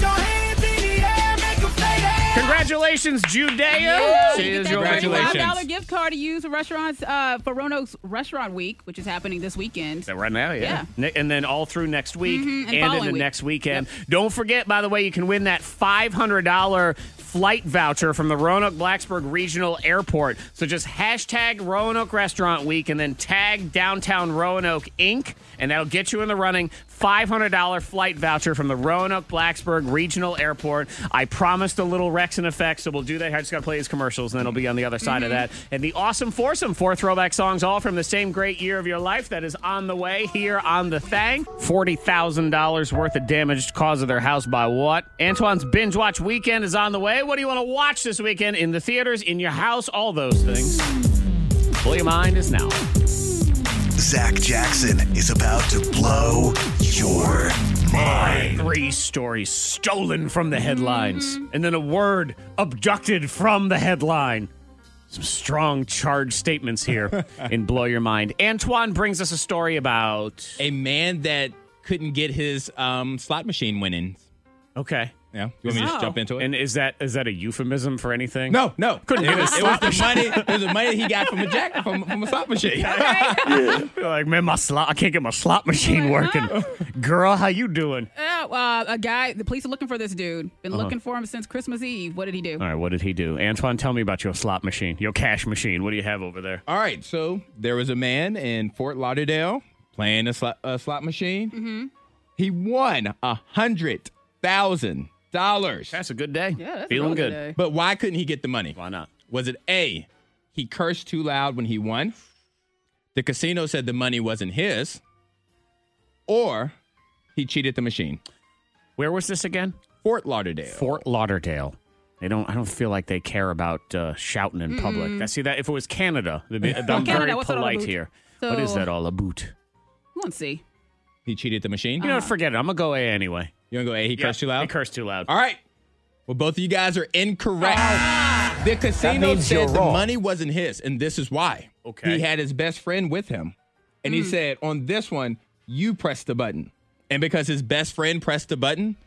Congratulations, Judea. She
You
is
get
your winner.
that
Congratulations.
$35 gift card to use for restaurants uh, for Roanoke's Restaurant Week, which is happening this weekend.
So Right now, yeah.
Yeah.
Ne- And then all through next week
Mhm, and
and
following
into
week.
next weekend. Don't forget, by the way, you can win that $500 flight voucher from the Roanoke Blacksburg Regional Airport. So just hashtag Roanoke Restaurant Week and then tag Downtown Roanoke Inc., and that'll get you in the running. $500 flight voucher from the Roanoke Blacksburg Regional Airport. I promised a little Rex and effects, so we'll do that. I just got to play his commercials, and then it'll be on the other side of that. And the awesome foursome, four throwback songs, all from the same great year of your life that is on the way here on The Thang. $40,000 worth of damage caused to their house by what? Antoine's Binge Watch Weekend is on the way. What do you want to watch this weekend in the theaters, in your house, all those things? Blow your mind is now.
Zach Jackson is about to blow your mind.
Three stories stolen from the headlines,
Mm.
and then a word abducted from the headline. Some strong charge statements
[LAUGHS]
here in Blow Your Mind. Antoine brings us a story about.
A man that couldn't get his um, slot machine winnings.
Okay.
Yeah. You want me to just
Oh.
jump into it?
And is that is that a euphemism for anything?
no, no.
Couldn't
it
get
was,
his
it
slot
was the money. It was the money he got from a jack from, from
[LAUGHS]
a slot machine.
like, man, my slot I can't get my slot machine working.
[LAUGHS]
Girl, how you doing?
Yeah, uh, a guy, the police are looking for this dude. Been looking for him since Christmas Eve. What did he do?
Uh-huh. All right, what did he do? Antoine, tell me about your slot machine, your cash machine. What do you have over there?
All right, so there was a man in Fort Lauderdale playing a, slot a slot machine. He won a hundred thousand dollars.
That's a good day.
Yeah, that's a
Feeling good.
really good day.
But why couldn't he get the money?
Why not?
Was it A, he cursed too loud when he won? The casino said the money wasn't his, or he cheated the machine.
Where was this again?
Fort Lauderdale.
Fort Lauderdale. They don't. I don't feel like they care about uh, shouting in public. I see that. If it was Canada, they'd
[LAUGHS]
be, I'm
Mm. Canada,
very
what's that all
polite
about?
here. what is
So-
that all about?
Let's see.
he cheated the
You
machine.
Ah.
know, what, forget it. I'm gonna go A anyway.
You wanna go A, he cursed too
They
loud?
curse too loud.
All right. Well, both of you guys are incorrect. The casino
means you're
said the
wrong.
money wasn't his, and this is why.
Okay.
He had his best friend with him, and he said, on this one, you press the button. And because his best friend pressed the button,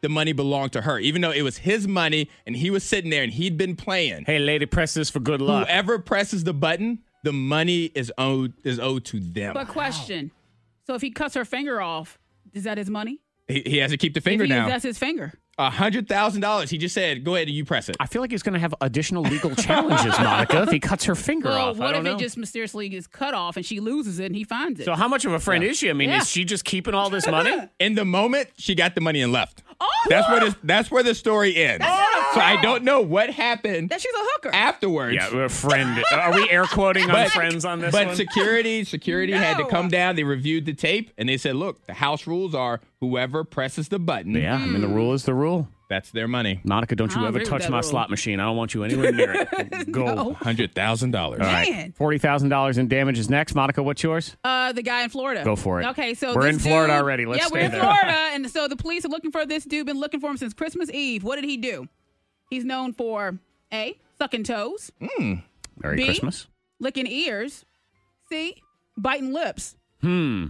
the money belonged to her, even though it was his money and he was sitting there and he'd been playing.
Hey, lady, press this for good luck.
Whoever presses the button, the money is owed is owed to them.
But question. So if he cuts her finger off, is that his money?
He, he has to keep the
If
finger
he-
down.
That's his finger.
A hundred thousand dollars. He just said, "Go ahead and you press it."
I feel like he's gonna have additional legal challenges, Monica, if he cuts her finger
Well,
off. I
what
don't
if
know.
it just mysteriously gets cut off and she loses it and he finds it?
so how much of a friend is she? I mean,
Yeah.
is she just keeping all
[LAUGHS]
this money?
Oh,
In the moment, she got the money and left. That's where this, that's where the story ends.
Not a
So I don't know what happened.
That she's a hooker.
Afterwards.
Yeah, we're a friend. Are we air quoting on friends on this
But
one?
security, security had to come down. They reviewed the tape and they said, look, the house rules are whoever presses the button.
Yeah, I mean,
Hmm.
the rule is the rule.
That's their money.
Monica, don't
I
you
don't
ever
agree with
touch
that
my
rule.
slot machine. I don't want you anywhere near it. Go.
[LAUGHS] No.
$100,000.
All right.
Man.
$40,000 in damage is next. Monica, what's yours?
Uh, the guy in Florida.
Go for it.
Okay, so
We're
this
in Florida
dude-
already. Let's
yeah,
stay
we're in
there.
Florida, and so the police are looking for this dude. Been looking for him since Christmas Eve. What did he do? He's known for a sucking toes,
Merry
B?
Christmas.
licking ears, c biting lips.
Hmm.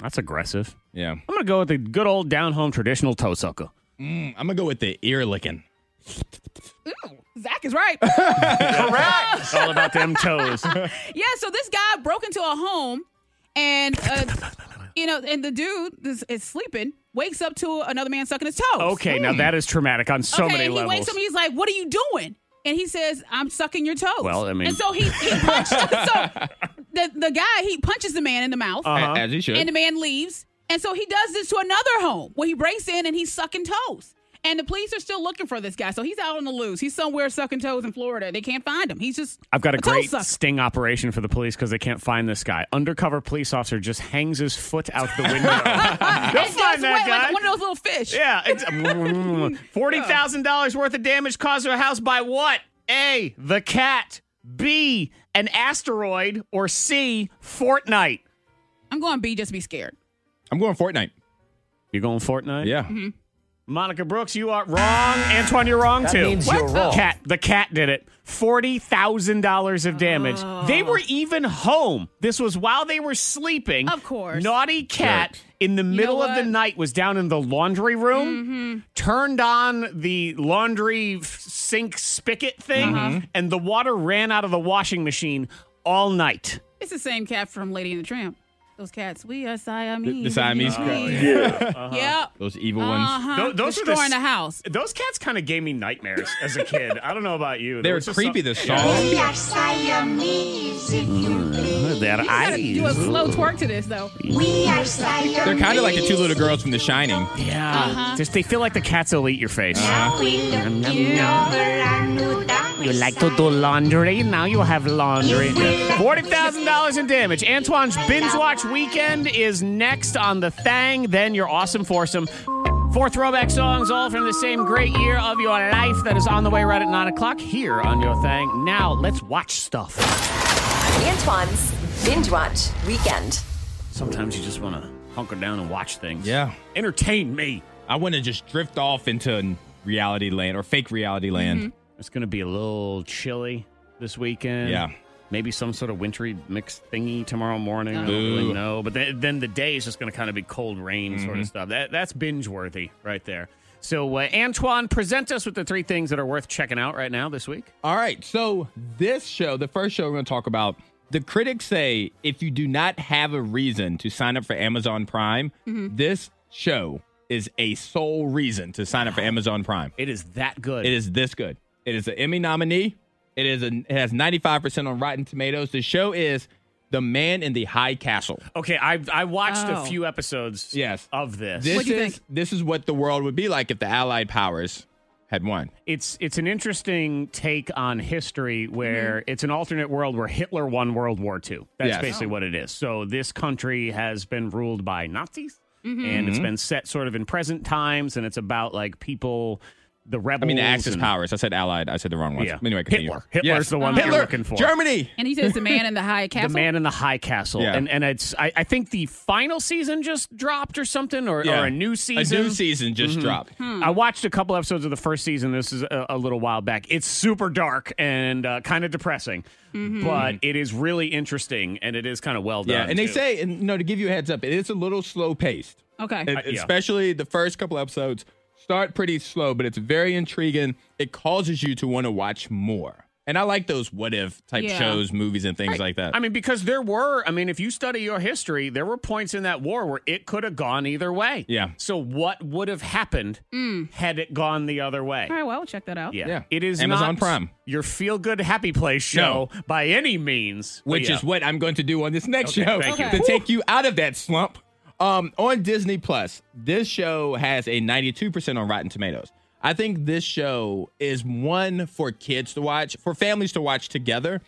That's aggressive.
Yeah.
I'm going to go with the good old down home traditional toe sucker.
Mm, I'm going to go with the ear licking.
Zach is right.
It's all about them toes.
[LAUGHS] yeah, so this guy broke into a home and uh, you know, and the dude is, is sleeping, wakes up to another man sucking his toes.
Okay, now that is traumatic on so
okay,
many
and he
levels.
wakes up and he's like, "What are you doing?" And he says, "I'm sucking your toes."
Well, I mean-
and so he
[LAUGHS]
he punched. so the the guy he punches the man in the mouth,
Uh-huh. As he should.
and the man leaves. And so he does this to another home where he breaks in and he's sucking toes. And the police are still looking for this guy, so he's out on the loose. He's somewhere sucking toes in Florida. They can't find him. He's just
I've got a,
a toe
great [LAUGHS]
sucker.
sting operation for the police because they can't find this guy. Undercover police officer just hangs his foot out the
[LAUGHS]
window.
It does wet like one of those little
[LAUGHS]
fish.
yeah, it's forty thousand dollars worth of damage caused to a house by what? A. The cat. B. An asteroid. Or C. Fortnite.
I'm going B. Just be scared.
I'm going Fortnite.
You're going Fortnite?
Yeah.
Mm-hmm.
Monica Brooks, you are wrong. Antoine, you're wrong
That
too.
means What? you're wrong.
Cat, the cat did it. Forty thousand dollars of damage.
Oh.
They were even home. This was while they were sleeping.
Of course.
naughty cat in the middle of the
what? Mm-hmm.
night was down in the laundry room, turned on the laundry f- sink spigot thing,
Mm-hmm.
and the water ran out of the washing machine all night.
It's the same cat from Lady and the Tramp. Those cats, we are Siamese.
The Siamese crowd. [LAUGHS]
Yep.
Those evil ones.
Uh-huh.
Oh, Uh-huh. Tho- those are the
Destroying
s-
the house.
Those cats kind of gave me nightmares as a kid. I don't know about you.
They
There
were
was just
creepy,
some-
the
Yeah.
song.
We are Siamese, if you please.
That
I gotta do a slow twerk to this though.
We are Siamese.
They're kind of like the two little girls from The Shining.
Yeah.
Uh-huh.
Just they feel like the cats will eat your face.
Now we look you over and knew that we
You like to do laundry, now you have laundry. $40,000 in damage. Antoine's Binge Watch Weekend is next on The Thang, then your awesome foursome. Four throwback songs, all from the same great year of your life that is on the way right at 9 o'clock here on Your Thang. Now, let's watch stuff.
Antoine's Binge Watch Weekend.
Sometimes you just want to hunker down and watch things.
Yeah.
Entertain me.
I want to just drift off into reality land or fake reality land.
Mm-hmm.
It's going to be a little chilly this weekend.
Yeah.
Maybe some sort of wintry mix thingy tomorrow morning. I don't really
Ooh.
know. But then, then the day is just going to kind of be cold rain sort
Mm-hmm.
of stuff. That That's binge worthy right there. So, uh, Antoine, present us with the three things that are worth checking out right now this week.
All right. So this show, the first show we're going to talk about, the critics say if you do not have a reason to sign up for Amazon Prime,
Mm-hmm.
this show is a sole reason to sign up for Amazon Prime.
It is that good.
It is this good. It is an Emmy nominee. It is a, it has 95% on Rotten Tomatoes. The show is The Man in the High Castle.
Okay, I I watched
Oh.
a few episodes
Yes.
of this.
This
What'd you
is
think?
this is what the world would be like if the Allied powers had won.
It's it's an interesting take on history where it's an alternate world where Hitler won World War II. That's
Mm-hmm. Yes. Oh.
basically what it is. So this country has been ruled by Nazis
Mm-hmm.
and it's been set sort of in present times and it's about like people the rebels.
I mean, the Axis
and-
powers. I said Allied. I said the wrong one.
Yeah.
Anyway, continue.
Hitler. Hitler's the one that you're
Hitler,
looking for.
Germany.
And he says the man in the high
[LAUGHS]
castle.
The Man in the High Castle,
Yeah.
and and it's I, I think the final season just dropped or something, or,
Yeah.
or a new season. Mm-hmm. Hmm.
A new season just dropped.
I watched a couple episodes of the first season. This is a, a little while back. It's super dark and uh, kind of depressing, but it is really interesting and it is kind of well done.
Yeah, and they
too.
say, and you know, to give you a heads up, it's a little slow paced,
okay.
And
yeah.
especially the first couple episodes start pretty slow, but it's very intriguing. It causes you to want to watch more, and I like those what if type
Yeah.
shows, movies, and things like that.
I mean, because there were, I mean, if you study your history, there were points in that war where it could have gone either way.
Yeah.
So what would have happened had it gone the other way?
All right, well, I'll check that out.
Yeah.
Yeah.
It is
Amazon
not
Prime.
your feel good happy place show by any means.
which
But Oh, yeah.
is what I'm going to do on this next
Okay,
show
thank
you.
to
Woo.
take you out of that slump. Um, on Disney Plus, this show has a 92% on Rotten Tomatoes. I think this show is one for kids to watch, for families to watch together,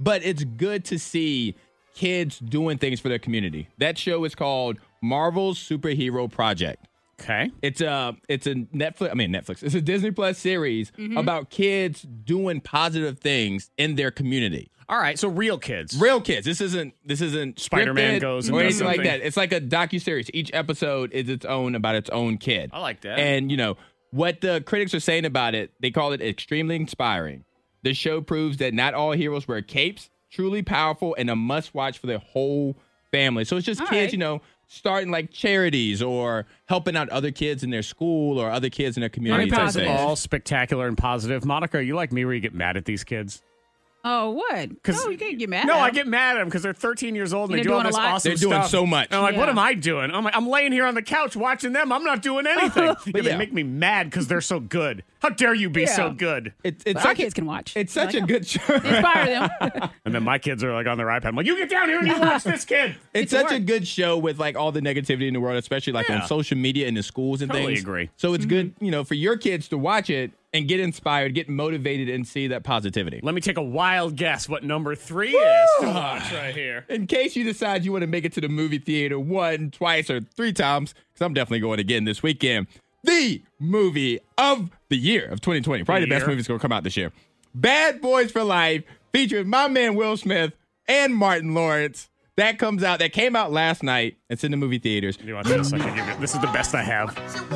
but it's good to see kids doing things for their community. That show is called Marvel's Superhero Project.
Okay.
It's a it's a Netflix I mean Netflix. It's a Disney Plus series
Mhm.
about kids doing positive things in their community.
All right, so real kids.
Real kids. This isn't this isn't
Spider-Man
scripted
goes and
or
does
anything like
something.
that. It's like a docu series. Each episode is its own about its own kid.
I like that.
And you know what the critics are saying about it? They call it extremely inspiring. The show proves that not all heroes wear capes. Truly powerful and a must watch for the whole family. So it's just
All
kids,
right.
you know, starting like charities or helping out other kids in their school or other kids in their community. type things.
all spectacular and positive. Monica, are you like me where you get mad at these kids?
Oh, what? No, you can't get mad.
No,
at
I
him.
get mad at them because they're 13 years old and
They're
they do all
doing a
this
lot.
awesome
They're doing
stuff.
so much.
And I'm like, what
Yeah.
am I doing? I'm like, I'm laying here on the couch watching them. I'm not doing anything.
[LAUGHS]
Yeah, They
yeah.
make me mad because they're so good. How dare you be so
Yeah.
good?
It's, it's
But our kids can watch.
It's
They're
such
like,
a
oh.
good [LAUGHS] show.
[LAUGHS] Inspire
[LAUGHS]
them.
And then my kids are like on their iPad. I'm like, you get down here and you watch this
[LAUGHS]
kid.
It's such a good show with like all the negativity in the world, especially like
Yeah.
on social media and the schools and
Totally
things.
agree. Mm-hmm.
So it's good, you know, for your kids to watch it and get inspired, get motivated, and see that positivity.
Let me take a wild guess what number three is to
Ah.
watch right here.
In case you decide you want to make it to the movie theater one, twice, or three times, because I'm definitely going again this weekend, the movie of the year of 2020, probably the,
The
best
year.
movie that's going to come out this year, Bad Boys for Life, featuring my man Will Smith and Martin Lawrence. That comes out. That came out last night. It's in the movie theaters.
You want this? I can give it. This is the best I have.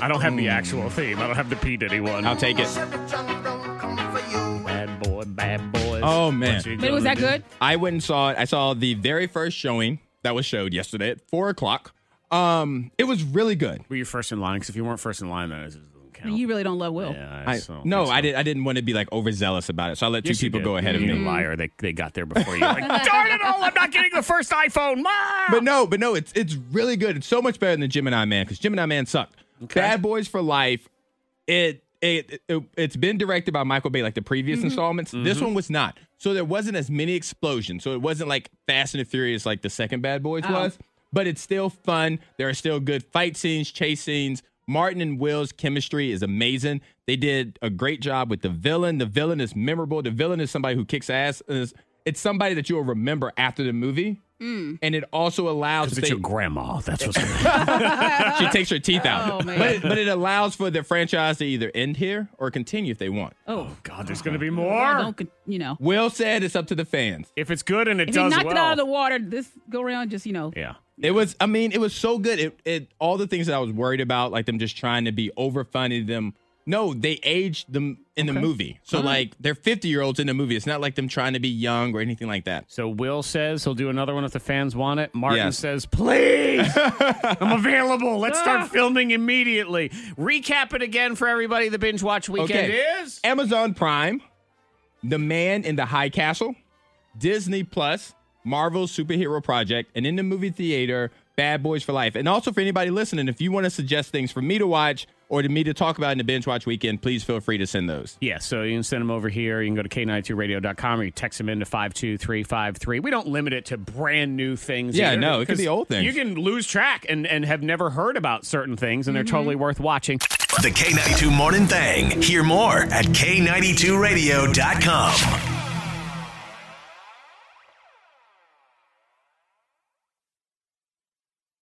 I don't have the actual theme. I don't have the P Diddy one.
I'll take it.
Bad boy, bad boys.
Oh, man.
What you
But was
gonna
that good?
I went and saw it. I saw the very first showing that was showed yesterday at four o'clock. Um, it was really good.
do? Were you first in line? Because if you weren't first in line, then it just doesn't count.
You really don't love Will.
Yeah,
I,
so-
no, I did. I didn't want to be like overzealous about it, so I let
Oh, Yes,
two
you
people
did. Mm-hmm.
go ahead of
you
me.
liar. They, they got there before you.
[LAUGHS]
Like, darn it all, I'm not getting the first iPhone. Ma!
But no, but no, it's it's really good. It's so much better than Gemini Man because Gemini Man sucked. Bad Boys for Life. It it, it it's been directed by Michael Bay like the previous installments. This one was not. So there wasn't as many explosions. So it wasn't like Fast and the Furious like the second Bad Boys
Oh.
was. But it's still fun. There are still good fight scenes, chase scenes. Martin and Will's chemistry is amazing. They did a great job with the villain. The villain is memorable. The villain is somebody who kicks ass. It's it's somebody that you'll remember after the movie.
Hmm.
[LAUGHS]
[LAUGHS]
And it also allows
Because
if
it's
they-
your grandma. That's what's
[LAUGHS] she takes her teeth out.
[LAUGHS] Oh, man.
but, it, but it allows for the franchise to either end here or continue if they want.
Oh,
God, there's going to be
I
more.
don't. con- You know,
Will said it's up to the fans.
If it's good and it
if you
does
knocked
well.
it out of the water, this go around, just you know,
yeah.
It was, I mean, it was so good. It, it all the things that I was worried about, like them just trying to be over funny to them. No, they aged them in the movie. So like they're 50 year olds in the movie. It's not like them trying to be young or anything like that.
So Will says he'll do another one if the fans want it. Martin
Yes.
says,
[LAUGHS]
please, I'm available. Let's
Ah.
start filming immediately. Recap it again for everybody. The binge watch weekend is.
Amazon Prime, The Man in the High Castle, Disney Plus, Marvel's Superhero Project, and in the movie theater, Bad Boys for Life. And also for anybody listening, if you want to suggest things for me to watch or to me to talk about in the binge watch weekend, please feel free to send those.
Yeah, so you can send them over here. You can go to K92radio.com or you text them into 52353. We don't limit it to brand new things.
Yeah,
either,
no, it could be
because
old things.
You can lose track and, and have never heard about certain things, and they're
Mm-hmm.
totally worth watching.
The K92 Morning Thing. Hear more at K92Radio.com.